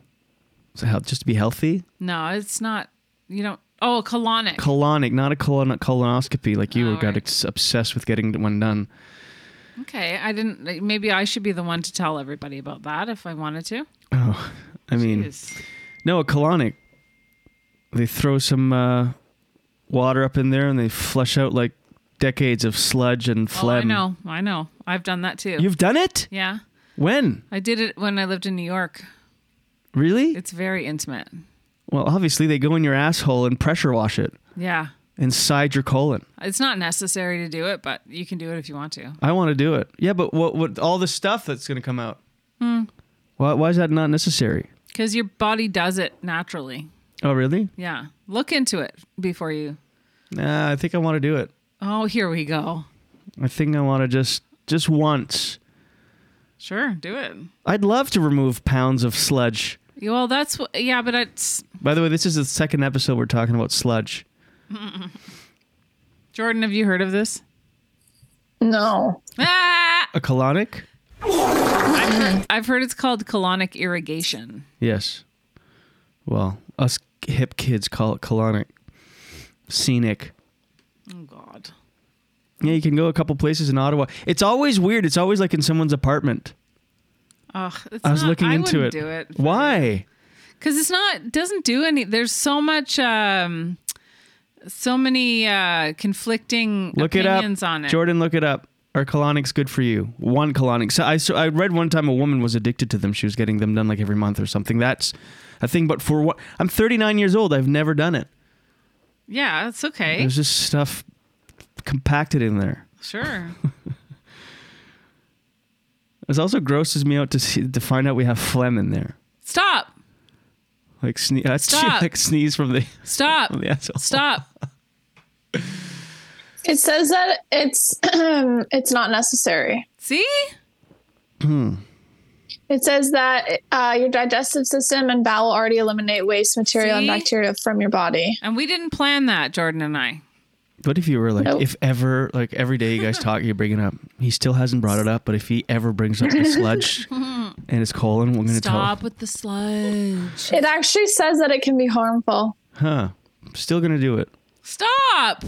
A: So how, just to be healthy,
D: No, it's not. You don't. Oh, colonic.
A: colonic, not a colon- colonoscopy like you
D: Oh,
A: were got
D: right.
A: ex- obsessed with getting one done.
D: okay, I didn't. like, Maybe I should be the one to tell everybody about that if I wanted to.
A: I mean,
D: Jeez.
A: no, a colonic. They throw some uh, water up in there and they flush out like decades of sludge and
D: Oh, I
A: phlegm.
D: know. I know. I've done that too.
A: You've done it?
D: yeah,
A: When?
D: I did it when I lived in New York.
A: Really?
D: It's very intimate.
A: Well, obviously they go in your asshole and pressure wash it.
D: Yeah.
A: inside your colon.
D: It's not necessary to do it, but you can do it if you want to.
A: I want to do it. Yeah, but what? What? All the stuff that's going to come out.
D: Hmm.
A: Why? Why is that not necessary?
D: Because your body does it naturally.
A: Oh, really?
D: Yeah. Look into it before you.
A: Nah, I think I want to do it.
D: Oh, here we go.
A: I think I want to just just once.
D: Sure, do it.
A: I'd love to remove pounds of sludge.
D: Well, that's what. Yeah, but it's
A: By the way, this is the second episode we're talking about sludge.
D: Jordan. Have you heard of this?
E: No.
D: Ah!
A: A colonic?
D: I've heard it's called colonic irrigation.
A: Yes. Well, us hip kids call it colonic. Scenic.
D: Oh God.
A: Yeah, you can go a couple places in Ottawa. It's always weird. It's always like in someone's apartment.
D: Ugh, it's
A: I was
D: not-
A: looking
D: I
A: into it.
D: wouldn't Do it
A: Why?
D: because it's not doesn't do any. There's so much, um, so many uh, conflicting
A: Look
D: opinions
A: it up.
D: on it.
A: Jordan, look it up. Are colonics good for you? One colonic. So I so I read one time a woman was addicted to them. She was getting them done like every month or something. That's a thing. But for what? I'm 39 years old. I've never done it.
D: Yeah, it's okay.
A: There's just stuff compacted in there.
D: Sure.
A: It also grosses me out to see to find out we have phlegm in there.
D: Stop.
A: Like sneeze,
D: Stop.
A: like sneeze from the
D: Stop.
A: from the asshole.
D: Stop.
E: It says that it's it's not necessary.
D: See?
E: It says that uh, your digestive system and bowel already eliminate waste material and
D: See?
E: bacteria from your body.
D: And we didn't plan that, Jordan and I.
A: What if you were like,
E: Nope.
A: if ever, like every day you guys talk, you bring it up. He still hasn't brought it up, but if he ever brings up the sludge and his colon, we're gonna
D: Stop with the sludge.
E: It actually says that it can be harmful.
A: tell. Huh? Still gonna do it.
D: Stop.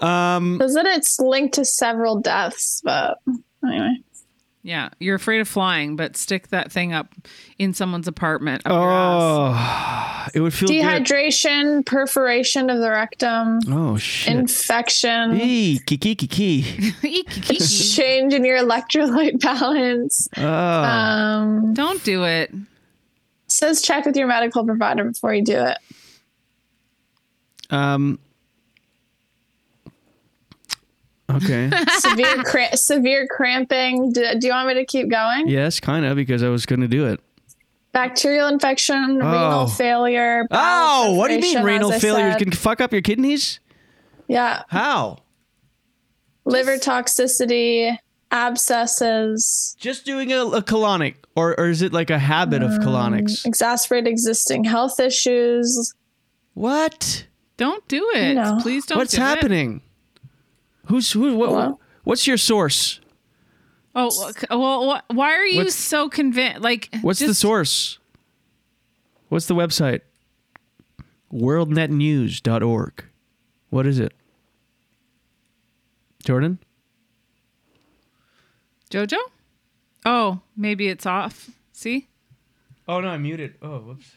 A: Mm.
E: It says that it's linked to several deaths, but anyway.
D: Yeah, you're afraid of flying, but stick that thing up in someone's apartment. Up your
A: Oh,
D: ass.
A: it would feel good.
E: Dehydration, perforation of the rectum,
A: Oh shit.
E: infection,
A: Eee, kiki kiki.
D: Eek, eek, eek.
E: change in your electrolyte balance.
A: Oh,
E: Um,
D: Don't do it.
E: says check with your medical provider before you do it.
A: um. Okay.
E: Severe, cra- severe cramping. Do, do you want me to keep going?
A: yes, kind of because I was gonna do it.
E: Bacterial infection,
A: Oh.
E: renal failure. bowel
D: Ah,
A: Oh, what do you mean
E: perforation,
A: renal
E: as I
A: failure
E: said.
A: can fuck up your kidneys?
E: yeah,
A: How?
E: liver toxicity, abscesses,
A: Just doing a, a colonic, or, or is it like a habit
D: Um,
A: of colonics?
E: exacerbate existing health issues.
A: What?
D: Don't do it.
E: No.
D: Please don't.
A: What's
D: do it.
A: happening? Who's who? What,
E: Hello?
A: what's your source?
D: Oh well, c- well. wh- Why are you
A: What's-
D: so convinced? Like,
A: What's the
D: just-
A: source? What's the website? Worldnetnews.org. What is it? Jordan?
D: Jojo? Oh, maybe it's off. See?
A: Oh no, I'm muted. Oh, whoops.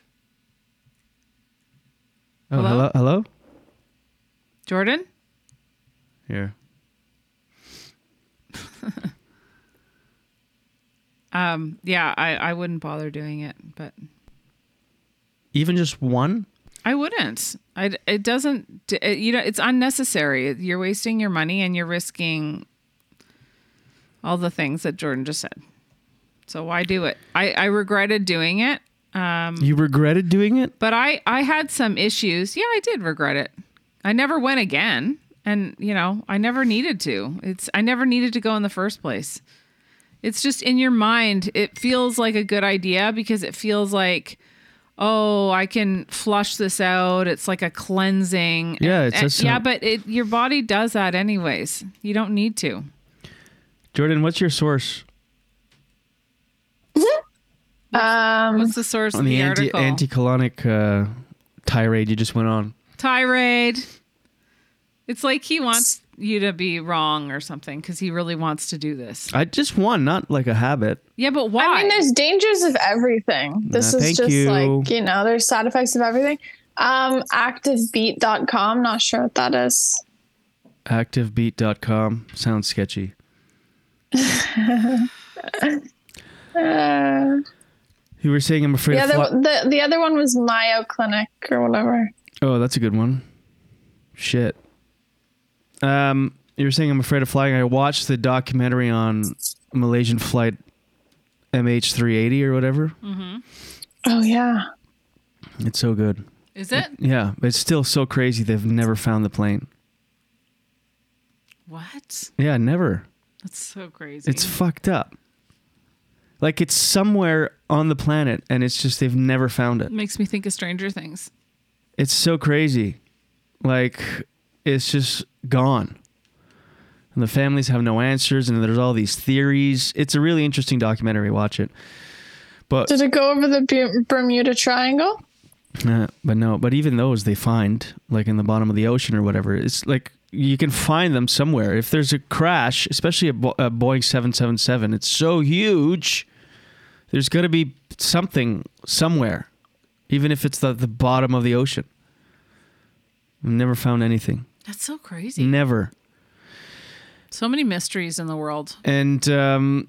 A: Oh,
D: Hello?
A: hello, hello.
D: Jordan?
A: Here.
D: Um, yeah, I, I wouldn't bother doing it, but
A: Even just one?
D: I wouldn't. I it doesn't d- it, you know, it's unnecessary. You're wasting your money and you're risking all the things that Jordan just said. So why do it? I I regretted doing it,
A: You regretted doing it?
D: but I I had some issues. Yeah, I did regret it. I never went again, and you know, I never needed to. It's I never needed to go in the first place. It's just in your mind. It feels like a good idea because it feels like, oh, I can flush this out. It's like a cleansing.
A: Yeah, it
D: And-
A: says so.
D: yeah, but it, your body does that anyways. You don't need to.
A: Jordan, what's your source
E: Um,
D: What's the source
A: on
D: of
A: the,
D: the,
A: anti
D: article?
A: anti colonic uh, tirade you just went on?
D: tirade. It's like he wants you to be wrong or something because he really wants to do this.
A: I just one, not like a habit.
D: Yeah, but why?
E: I mean, there's dangers of everything. This
A: Nah,
E: is
A: thank
E: just
A: you.
E: like, you know, there's side effects of everything. Um, activebeat.com, not sure what that is.
A: Activebeat.com sounds sketchy.
E: Uh,
A: You were saying I'm afraid
E: the,
A: of
E: other,
A: fly-
E: the, the other one was Mayo Clinic or whatever.
A: Oh, that's a good one. Shit. Um, you were saying I'm afraid of flying. I watched the documentary on Malaysian flight MH380 or whatever.
D: Mm.
E: Oh yeah.
A: It's so good.
D: Is it?
A: Yeah, but it's still so crazy they've never found the plane.
D: What?
A: Yeah, never.
D: That's so crazy.
A: It's fucked up. Like it's somewhere on the planet and it's just they've never found it.
D: makes me think of Stranger Things.
A: It's so crazy. Like it's just gone. And the families have no answers and there's all these theories. It's a really interesting documentary, watch it. But
E: Did it go over the Bu- Bermuda Triangle?
A: Uh, but no, but even those they find like in the bottom of the ocean or whatever. It's like you can find them somewhere. If there's a crash, especially a, Bo- a Boeing 777, it's so huge. There's got to be something somewhere, even if it's the, the bottom of the ocean. I've never found anything.
D: That's so crazy.
A: Never.
D: Mm. So many mysteries in the world.
A: and um,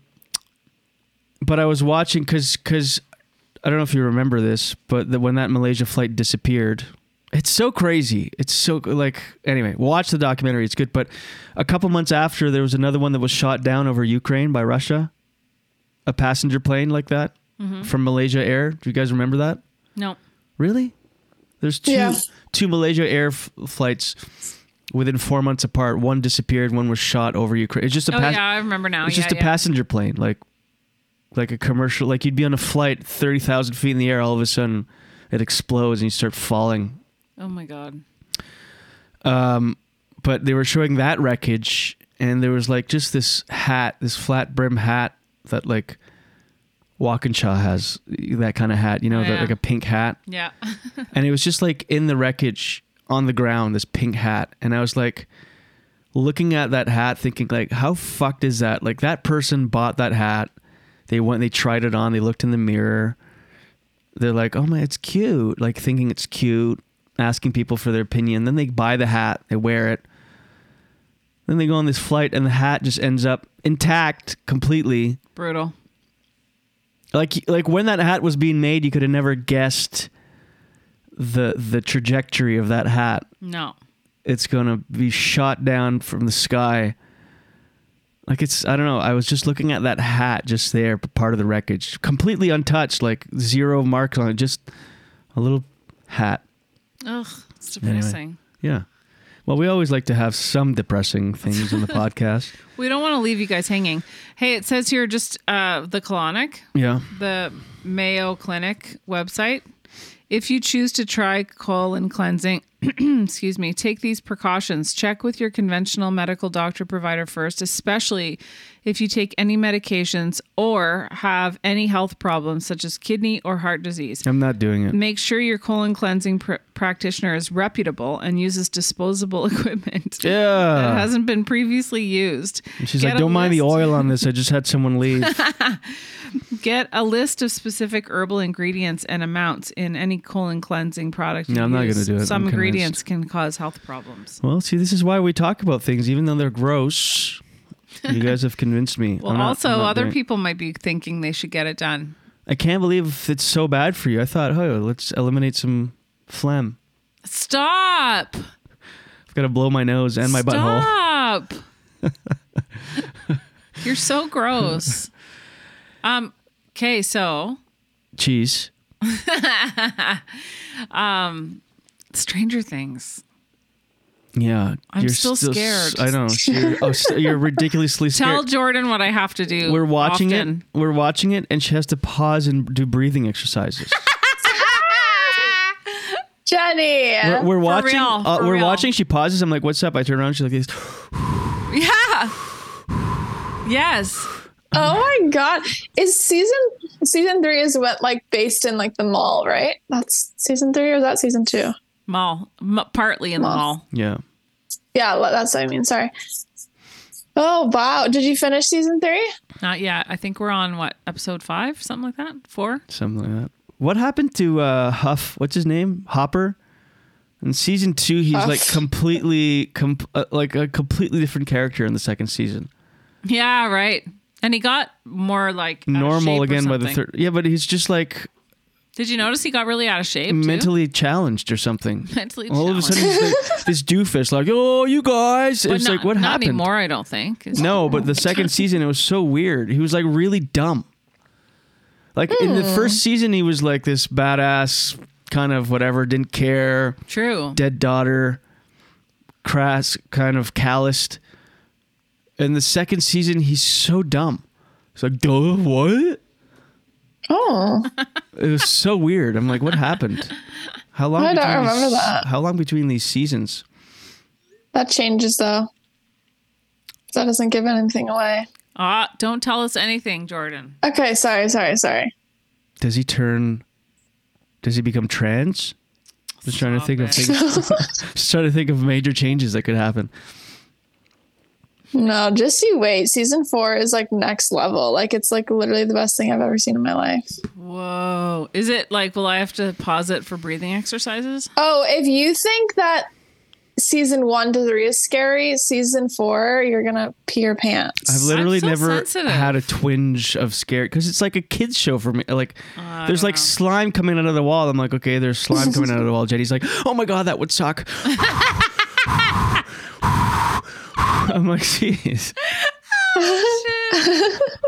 A: but I was watching because because I don't know if you remember this, but the, when that Malaysia flight disappeared, it's so crazy. It's so like anyway, watch the documentary. It's good. But a couple months after, there was another one that was shot down over Ukraine by Russia, a passenger plane like that
D: Mm-hmm.
A: from Malaysia Air. Do you guys remember that?
D: No.
A: Really? There's two
E: Yeah.
A: two Malaysia Air f- flights within four months apart. One disappeared. One was shot over Ukraine. It's just a
D: Oh
A: pas-
D: yeah, I remember now.
A: it's
D: yeah,
A: just a
D: yeah.
A: passenger plane, like like a commercial. Like you'd be on a flight thirty thousand feet in the air. All of a sudden, it explodes and you start falling.
D: Oh my god.
A: But they were showing that wreckage, and there was like just this hat, this flat brim hat that like Walkinshaw has, that kind of hat, you know,
D: Oh,
A: that
D: yeah.
A: like a pink hat.
D: Yeah.
A: and it was just like in the wreckage on the ground this pink hat and i was like looking at that hat thinking like how fucked is that like that person bought that hat they went they tried it on they looked in the mirror they're like oh my it's cute like thinking it's cute asking people for their opinion then they buy the hat they wear it then they go on this flight and the hat just ends up intact completely
D: Brutal.
A: like like when that hat was being made you could have never guessed the the trajectory of that hat
D: No.
A: it's gonna be shot down from the sky like it's i don't know i was just looking at that hat just there part of the wreckage completely untouched like zero marks on it just a little hat
D: Ugh. It's
A: Anyway.
D: depressing.
A: yeah well we always like to have some depressing things on the podcast
D: We don't want to leave you guys hanging. Hey, it says here just uh, the colonic,
A: yeah
D: the Mayo Clinic website. If you choose to try colon cleansing, excuse me, take these precautions. Check with your conventional medical doctor provider first, especially if you take any medications or have any health problems such as kidney or heart disease.
A: i'm not doing it
D: Make sure your colon cleansing pr- practitioner is reputable and uses disposable equipment that
A: yeah
D: hasn't been previously used.
A: she's
D: Get
A: like
D: a
A: don't mind the
D: list-
A: oil on this i just had someone leave
D: Get a list of specific herbal ingredients and amounts in any colon cleansing product. you
A: No, I'm not
D: use.
A: gonna do it.
D: Some
A: I'm convinced.
D: ingredients can cause health problems.
A: Well, see, this is why we talk about things, even though they're gross. You guys have convinced me.
D: Well,
A: I'm not-
D: also,
A: I'm not
D: other
A: doing it.
D: people might be thinking they should get it done.
A: I can't believe it's so bad for you. I thought, oh, let's eliminate some phlegm.
D: Stop!
A: I've got to blow my nose and my butthole.
D: Stop! You're so gross. Um. Okay, so
A: Cheese.
D: Stranger Things.
A: Yeah,
D: I'm still
A: s-
D: scared.
A: I know you're, oh, st- you're ridiculously
D: Tell
A: scared.
D: Jordan what I have to do.
A: We're watching
D: often.
A: it. We're watching it, and she has to pause and do breathing exercises.
E: Jenny.
A: We're, we're watching.
D: real,
A: uh,
D: for
A: we're
D: real.
A: watching. She pauses. I'm like, "What's up?" I turn around. She's like, "This."
D: Yeah. Yes.
E: oh my god. Is season season three is what like based in like the mall, right? That's season three or is that season two?
D: Mall. M- partly in the
E: Mall.
D: mall.
A: Yeah.
E: Yeah, le- that's what I mean. Sorry. Oh wow. Did you finish season three?
D: Not yet. I think we're on what, episode five? Something like that? Four?
A: Something like that. What happened to uh, Huff? What's his name? Hopper. In season two, he's
E: Huff.
A: like completely, com- uh, like a completely different character in the second season.
D: Yeah, right. And he got more like out of shape
A: Normal
D: or
A: again by the
D: something.
A: third. Yeah, but he's just like
D: Did you notice he got really out of shape? too?
A: mentally challenged or something.
D: mentally
A: All of a sudden, he's like, this doofus, like, oh, you guys.
D: But
A: It's
D: not,
A: like, what
D: not
A: happened?
D: anymore. I don't think. It's-
A: No, but the second season, it was so weird. He was like really dumb. Like in
D: Hmm.
A: the first season, he was like this badass kind of whatever, didn't care,
D: True.
A: dead daughter, crass, kind of calloused. In the second season, he's so dumb. It's like, duh, what?
E: Oh,
A: It was so weird. I'm like, what happened? How long?
E: I don't
A: between
E: remember
A: these-
E: that.
A: How long between these seasons?
E: that changes though. That doesn't give anything away.
D: Ah, don't tell us anything, Jordan.
E: Okay, sorry, sorry, sorry.
A: Does he turn? Does he become trans? Just trying to
D: Stop
A: think of
D: it.
A: things. just trying to think of major changes that could happen.
E: No, just you wait. Season four is like next level. Like it's like literally the best thing I've ever seen in my life.
D: Whoa. Is it like? Will I have to pause it for breathing exercises?
E: Oh, if you think that season one to three is scary, season four you're gonna pee your pants.
A: I've literally
D: so
A: never
D: sensitive.
A: had a twinge of scare because it's like a kids show for me. Like
D: Oh,
A: there's like slime coming out of the wall. I'm like, okay, there's slime coming out of the wall. Jenny's like, oh my god, that would suck. I'm like, jeez.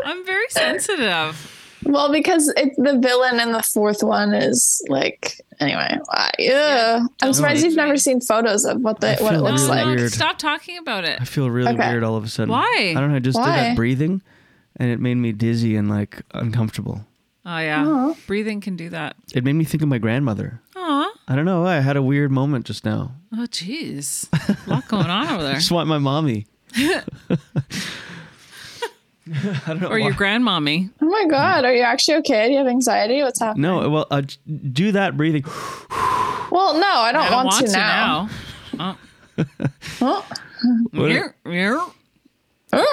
D: I'm very sensitive.
E: Well, because it, the villain in the fourth one is like anyway. I, yeah, I'm surprised you've never seen photos of what the
A: I
E: what it
A: feel
E: looks
A: really
E: like.
A: weird.
D: Stop talking about it.
A: I feel really
E: Okay.
A: weird all of a sudden.
D: Why?
A: I don't know. I just did
E: Why?
A: that breathing, and it made me dizzy and like uncomfortable.
D: Oh yeah, breathing can do that.
A: It made me think of my grandmother.
D: Aw.
A: I don't know why. I had a weird moment just now.
D: Oh jeez, a lot going on over there.
A: I just want my mommy. I don't know.
D: Or
A: why.
D: your grandmommy.
E: Oh my god, are you actually okay? Do you have anxiety? What's happening?
A: no, well, uh, j- do that breathing.
E: Well, no, I don't,
D: I don't
E: want, to, now. Oh.
A: What-
D: Meow, meow.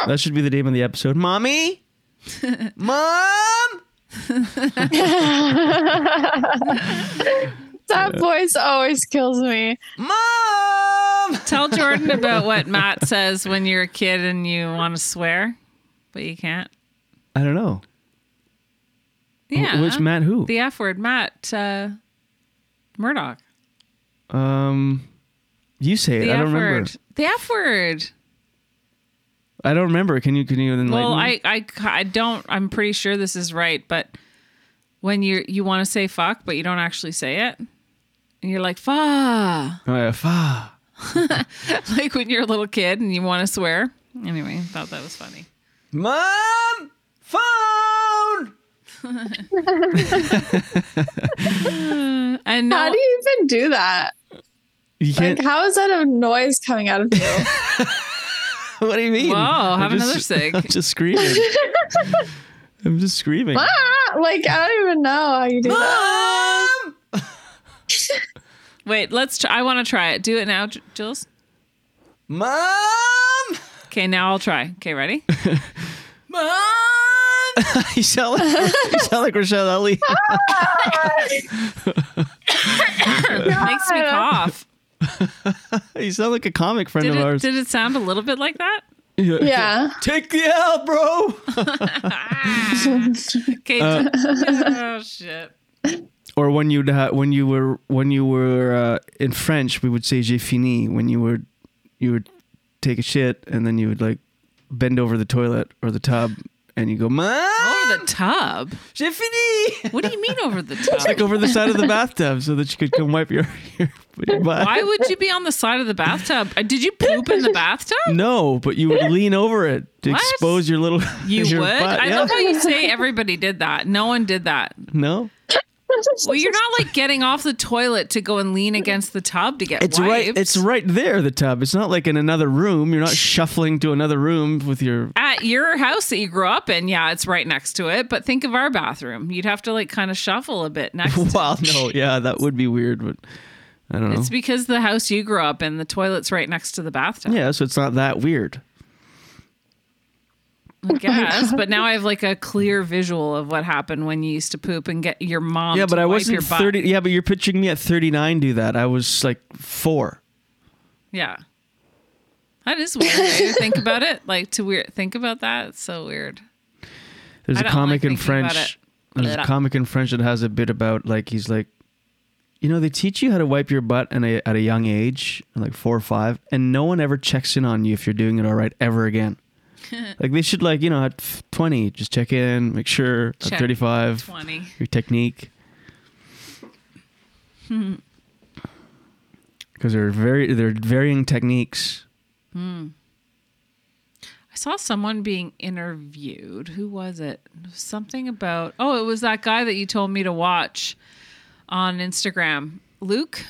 A: that should be the name of the episode. Mommy? Mom?
E: That voice always kills me.
A: Mom?
D: Tell Jordan about what Matt says when you're a kid and you want to swear, but you can't.
A: I don't know.
D: Yeah.
A: Which Matt who?
D: The F word, Matt uh, Murdoch.
A: um, you say it.
D: The
A: I don't
D: F
A: remember.
D: word. The F word.
A: I don't remember. Can you can you enlighten
D: Well,
A: me?
D: I, I, I don't. I'm pretty sure this is right, but when you you want to say fuck, but you don't actually say it, and you're like fuck,
A: Oh, yeah. Fa.
D: like when you're a little kid and you want to swear. Anyway, thought that was funny.
A: Mom, phone.
D: And
E: How
D: no,
E: do you even do that?
A: You
E: Like,
A: can't.
E: how is that a noise coming out of you?
A: what do you mean?
D: Whoa,
A: I'm
D: have
A: just-
D: another cig.
A: I'm just screaming. I'm just screaming.
E: Ah, like I don't even know how you do that.
A: Mom.
D: wait, let's. Try, I want to try it. Do it now, J- Jules.
A: Mom.
D: Okay, now I'll try. Okay, ready?
A: you sound like you sound like Rochelle Ellie.
D: Makes me cough.
A: you sound like a comic friend
D: Did
A: of
D: it,
A: ours.
D: did it sound a little bit like that?
E: Yeah.
A: Take the L, bro.
D: Okay.
A: Uh.
D: oh shit.
A: or when you would when you were when you were uh, in French, we would say "j'ai fini." When you were you would take a shit and then you would like bend over the toilet or the tub and you go "Mom,
D: Over the tub.
A: j'ai fini."
D: What do you mean over the tub?
A: like over the side of the bathtub so that you could come wipe your, your, your butt.
D: Why would you be on the side of the bathtub? Uh, Did you poop in the bathtub?
A: No, but you would lean over it to
D: What?
A: expose your little.
D: You
A: your
D: would.
A: Butt.
D: I
A: yeah.
D: love how you say everybody did that. No one did that.
A: No,
D: Well, you're not like getting off the toilet to go and lean against the tub to get
A: it's right.
D: wiped.
A: It's right there. The tub. It's not like in another room. You're not shuffling to another room with your.
D: at your house that you grew up in. Yeah, it's right next to it. But think of our bathroom. You'd have to like kind of shuffle a bit next. to
A: Well, no, yeah, that would be weird, but I don't know.
D: It's because the house you grew up in, the toilet's right next to the bathtub.
A: yeah, so it's not that weird.
D: I guess. but now I have like a clear visual of what happened when you used to poop and get your mom.
A: Yeah,
D: to
A: but I
D: wipe
A: wasn't
D: your butt.
A: thirty. Yeah, but you're picturing me at thirty nine do that. I was like four.
D: Yeah. That is weird. eh? think about it. Like to weird think about that. It's so weird.
A: There's
D: I
A: a
D: don't
A: comic
D: like
A: in
D: thinking about
A: French There's a comic in French that has a bit about like he's like, you know, they teach you how to wipe your butt in a, at a young age, like four or five, and no one ever checks in on you if you're doing it all right ever again. like they should like you know at f- 20 just check in, make sure
D: Check.
A: at 35
D: 20.
A: your technique. Because they're very they're varying techniques.
D: I saw someone being interviewed. Who was it? Something about oh, it was that guy that you told me to watch on Instagram. Luke,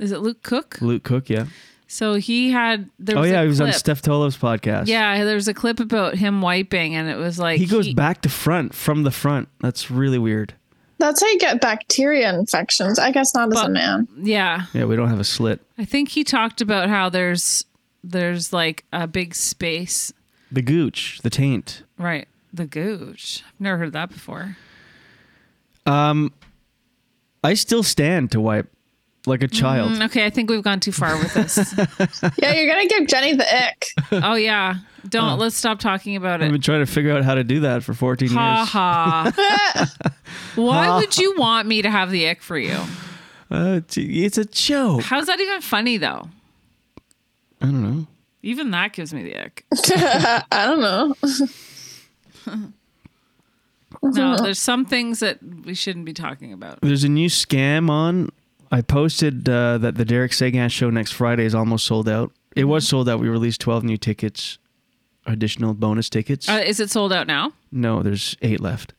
D: is it Luke Cook?
A: Luke Cook, yeah.
D: So he had there.
A: Oh
D: Was
A: yeah,
D: a
A: he was on
D: clip.
A: Steph Tolov's podcast.
D: Yeah, there was a clip about him wiping, and it was like
A: He goes back to front from the front. That's really weird.
E: That's how you get bacteria infections. I guess not as a
D: But-
E: man.
D: Yeah,
A: Yeah, we don't have a slit.
D: I think he talked about how there's there's like a big space,
A: The gooch, the taint.
D: right? The gooch. I've never heard that before.
A: I still stand to wipe like a child.
D: Mm, Okay, I think we've gone too far with this.
E: Yeah, you're gonna give Jenny the ick.
D: oh yeah, don't let's stop talking about
A: I've
D: it.
A: been trying to figure out how to do that for 14
D: Ha
A: years.
D: ha. Why would you want me to have the ick for you?
A: Uh, t- it's a joke.
D: How's that even funny though?
A: I don't know.
D: Even that gives me the ick.
E: I don't know.
D: No, there's some things that we shouldn't be talking about.
A: There's a new scam on. I posted uh, that the Derek Sagan show next Friday is almost sold out. It was sold out. We released 12 new tickets, additional bonus tickets.
D: Uh, is it sold out now?
A: no, there's eight left.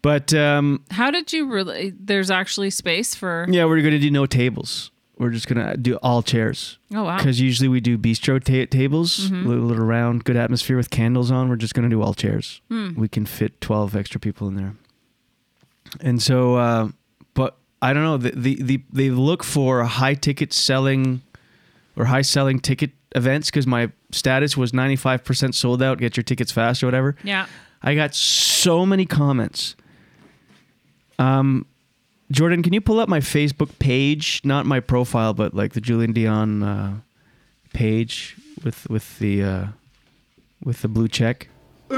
A: But um,
D: How did you really? There's actually space for.
A: Yeah, we're gonna do no tables. We're just gonna do all chairs.
D: Oh, wow. Mm-hmm.
A: Because usually we do bistro ta- tables, little, little round, good atmosphere with candles on. We're just gonna do all chairs.
D: Hmm.
A: We can fit twelve extra people in there. And so, uh, but I don't know. The, the the they look for high ticket selling or high selling ticket events because my status was ninety five percent sold out. Get your tickets fast or whatever.
D: Yeah.
A: I got so many comments. Um, Jordan, can you pull up my Facebook page, not my profile, but like the Julian Dion uh, page with with the uh, with the blue check?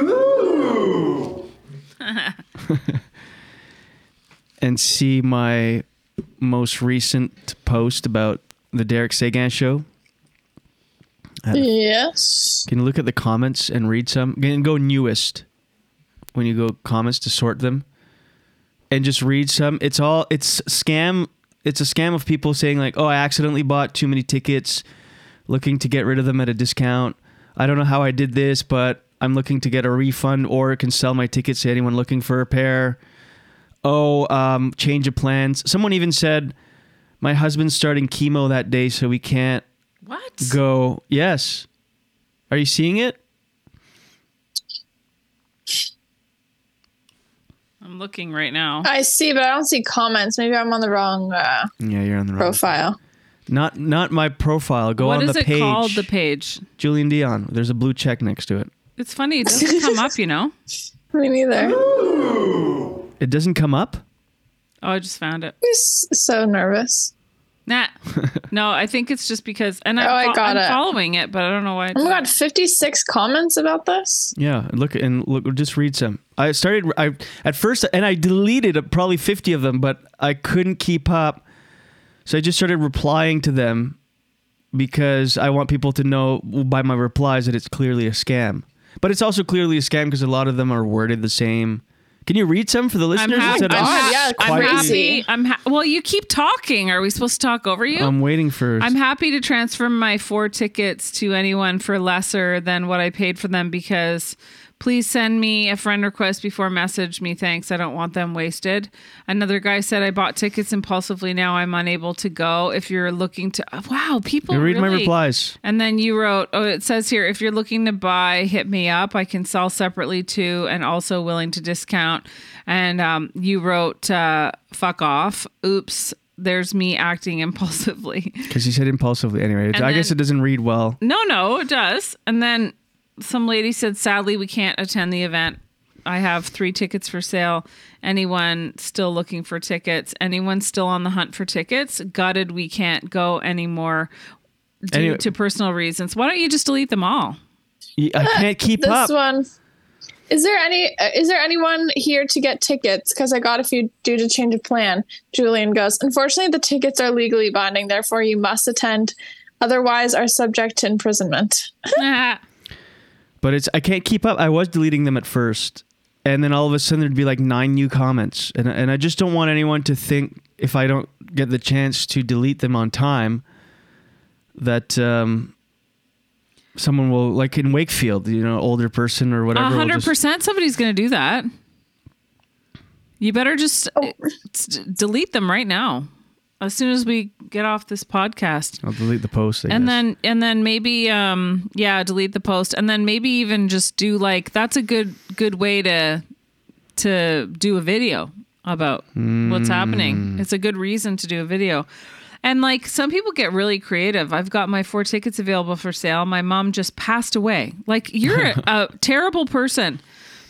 A: and see my most recent post about the Derek Sagan show.
E: Yes.
A: Can you look at the comments and read some? Can you go newest when you go comments to sort them, and just read some. It's all it's scam. It's a scam of people saying like, "Oh, I accidentally bought too many tickets, looking to get rid of them at a discount. I don't know how I did this, but I'm looking to get a refund or can sell my tickets to anyone looking for a pair." Oh, um, change of plans. Someone even said, "My husband's starting chemo that day, so we can't
D: What?
A: go yes are you seeing it
D: I'm looking right now.
E: I see, but I don't see comments. Maybe I'm on the wrong uh,
A: yeah you're on the wrong
E: profile.
A: not not my profile go
D: What
A: on
D: is
A: the
D: it
A: page
D: called? The page.
A: julian dion there's a blue check next to it
D: It's funny. It doesn't come up. You know.
E: Me neither.
A: it doesn't come up
D: Oh, I just found it.
E: He's so nervous.
D: Nah. No, I think it's just because, and I'm,
E: Oh, I
D: fo-
E: got
D: I'm
E: it.
D: following it, but I don't know why.
E: Oh
D: it's-
E: my god, 56 comments about this?
A: yeah look and look just read some i started i at first and i deleted probably 50 of them but i couldn't keep up so i just started replying to them because i want people to know by my replies that it's clearly a scam but it's also clearly a scam because a lot of them are worded the same can you read some for the
D: I'm
A: listeners "Oh,
D: happy.
A: instead of
D: I'm,
A: us
D: ha-
E: yeah,
D: I'm
A: quietly-
D: happy.
E: crazy.
D: I'm ha- well. You keep talking. Are we supposed to talk over you?
A: I'm waiting for.
D: I'm happy to transfer my four tickets to anyone for lesser than what I paid for them because please send me a friend request before message me. Thanks. I don't want them wasted. Another guy said I bought tickets impulsively. Now I'm unable to go. If you're looking to oh, wow, people
A: You read my
D: really-
A: replies.
D: And then you wrote, oh, it says here, if you're looking to buy, hit me up. I can sell separately too, and also willing to discount. And um, you wrote, uh, fuck off. Oops, there's me acting impulsively.
A: Because he said impulsively. Anyway, I guess it
D: then-
A: doesn't read well.
D: No, no, it does. And then some lady said, sadly, we can't attend the event. I have three tickets for sale. Anyone still looking for tickets? Anyone still on the hunt for tickets? Gutted, we can't go anymore due
A: Anyway.
D: to personal reasons. Why don't you just delete them all?
A: Y- I can't keep
E: This
A: up.
E: one. Is there any? uh, Is there anyone here to get tickets? Because I got a few due to change of plan. Julian goes. Unfortunately, the tickets are legally binding. Therefore, you must attend. Otherwise, are subject to imprisonment.
D: Ah.
A: But it's I can't keep up. I was deleting them at first, and then all of a sudden there'd be like nine new comments, and and I just don't want anyone to think if I don't get the chance to delete them on time, that um, someone will like in Wakefield, you know, older person or whatever.
D: A
A: will
D: hundred
A: just-
D: percent. Somebody's going to do that. You better just uh, s- d- delete them right now, as soon as we get off this podcast.
A: I'll delete the post. I
D: And
A: guess.
D: then and then maybe um yeah, delete the post and then maybe even just do like that's a good good way to to do a video about what's happening. It's a good reason to do a video. And like some people get really creative. I've got my four tickets available for sale. My mom just passed away. Like you're a, a terrible person.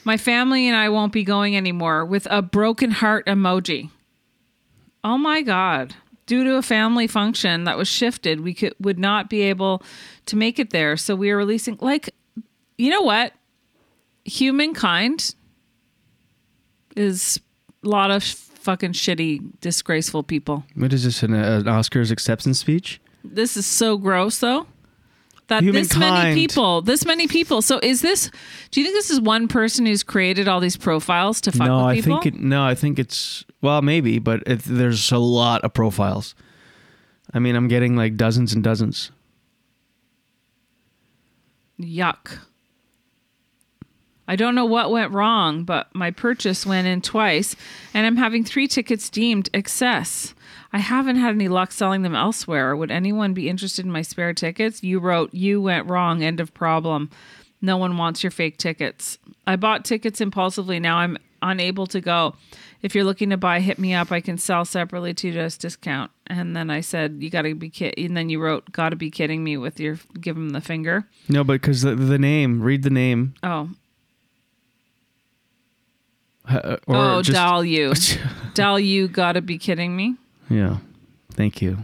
D: My family and I won't be going anymore with a broken heart emoji. Oh my God. Due to a family function that was shifted, we could would not be able to make it there. So we are releasing like you know what? Humankind is a lot of fucking shitty, disgraceful people.
A: what is this? An, uh, an Oscars acceptance speech?
D: This is so gross though. That this
A: Humankind.
D: many people, this many people. So is this do you think this is one person who's created all these profiles to fuck
A: no,
D: with
A: I
D: people?
A: think it, no, I think it's well, maybe, but it, there's a lot of profiles. I mean, I'm getting like dozens and dozens.
D: Yuck. I don't know what went wrong, but my purchase went in twice, and I'm having three tickets deemed excess. I haven't had any luck selling them elsewhere. Would anyone be interested in my spare tickets? You wrote, You went wrong, end of problem. No one wants your fake tickets. I bought tickets impulsively. Now I'm unable to go. If you're looking to buy, hit me up. I can sell separately to just discount. And then I said, You got to be kidding. And then you wrote, Got to be kidding me with your give him the finger.
A: No, but because the, the name, read the name,
D: Oh,
A: uh, or
D: oh,
A: just
D: doll you. doll you gotta be kidding me.
A: yeah. Thank you.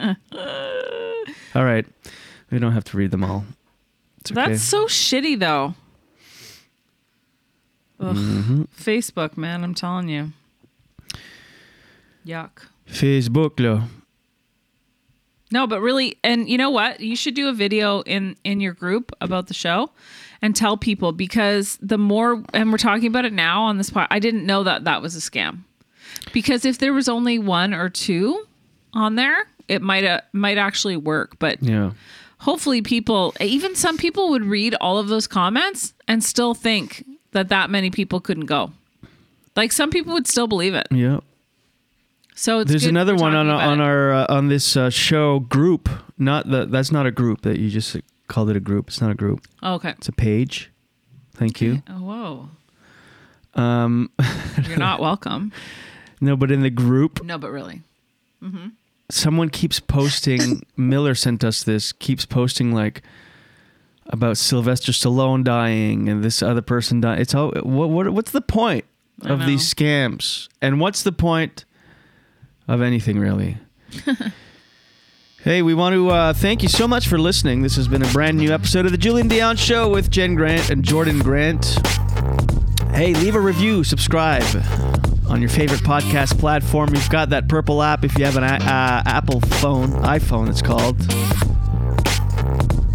A: all right, we don't have to read them all. It's okay.
D: That's so shitty though. Ugh.
A: Mm-hmm.
D: Facebook, man, I'm telling you. Yuck.
A: Facebook, lo.
D: No, but really, and you know what? You should do a video in in your group about the show and tell people because the more and we're talking about it now on this part. I didn't know that that was a scam. Because if there was only one or two on there, it might uh, might actually work, but
A: Yeah,
D: hopefully people even some people would read all of those comments and still think that that many people couldn't go like some people would still believe it
A: yeah.
D: so it's
A: There's
D: good
A: another
D: we're
A: one on
D: talking about
A: on
D: it.
A: our uh, on this uh, show group. Not the that's not a group that you just called it a group. It's not a group.
D: oh, okay
A: It's a page. Thank you.
D: oh, whoa
A: Um,
D: you're not welcome
A: no, but in the group,
D: no but really
A: someone keeps posting Miller sent us this keeps posting like about Sylvester Stallone dying and this other person dying. It's all what, what what's the point
D: I
A: of these scams? And what's the point of anything really? hey, we want to uh, thank you so much for listening. This has been a brand new episode of the Julian Dion Show with Jen Grant and Jordan Grant. Hey, leave a review, subscribe on your favorite podcast platform. You've got that purple app if you have an i- uh, Apple phone, iPhone, it's called.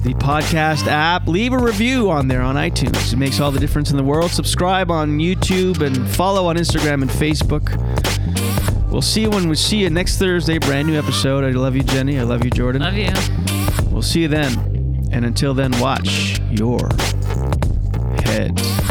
A: The podcast app. Leave a review on there on iTunes. It makes all the difference in the world. Subscribe on YouTube and follow on Instagram and Facebook. We'll see you when we see you next Thursday. Brand new episode. I love you, Jenny. I love you, Jordan.
D: love you
A: We'll see you then. And until then, watch your head.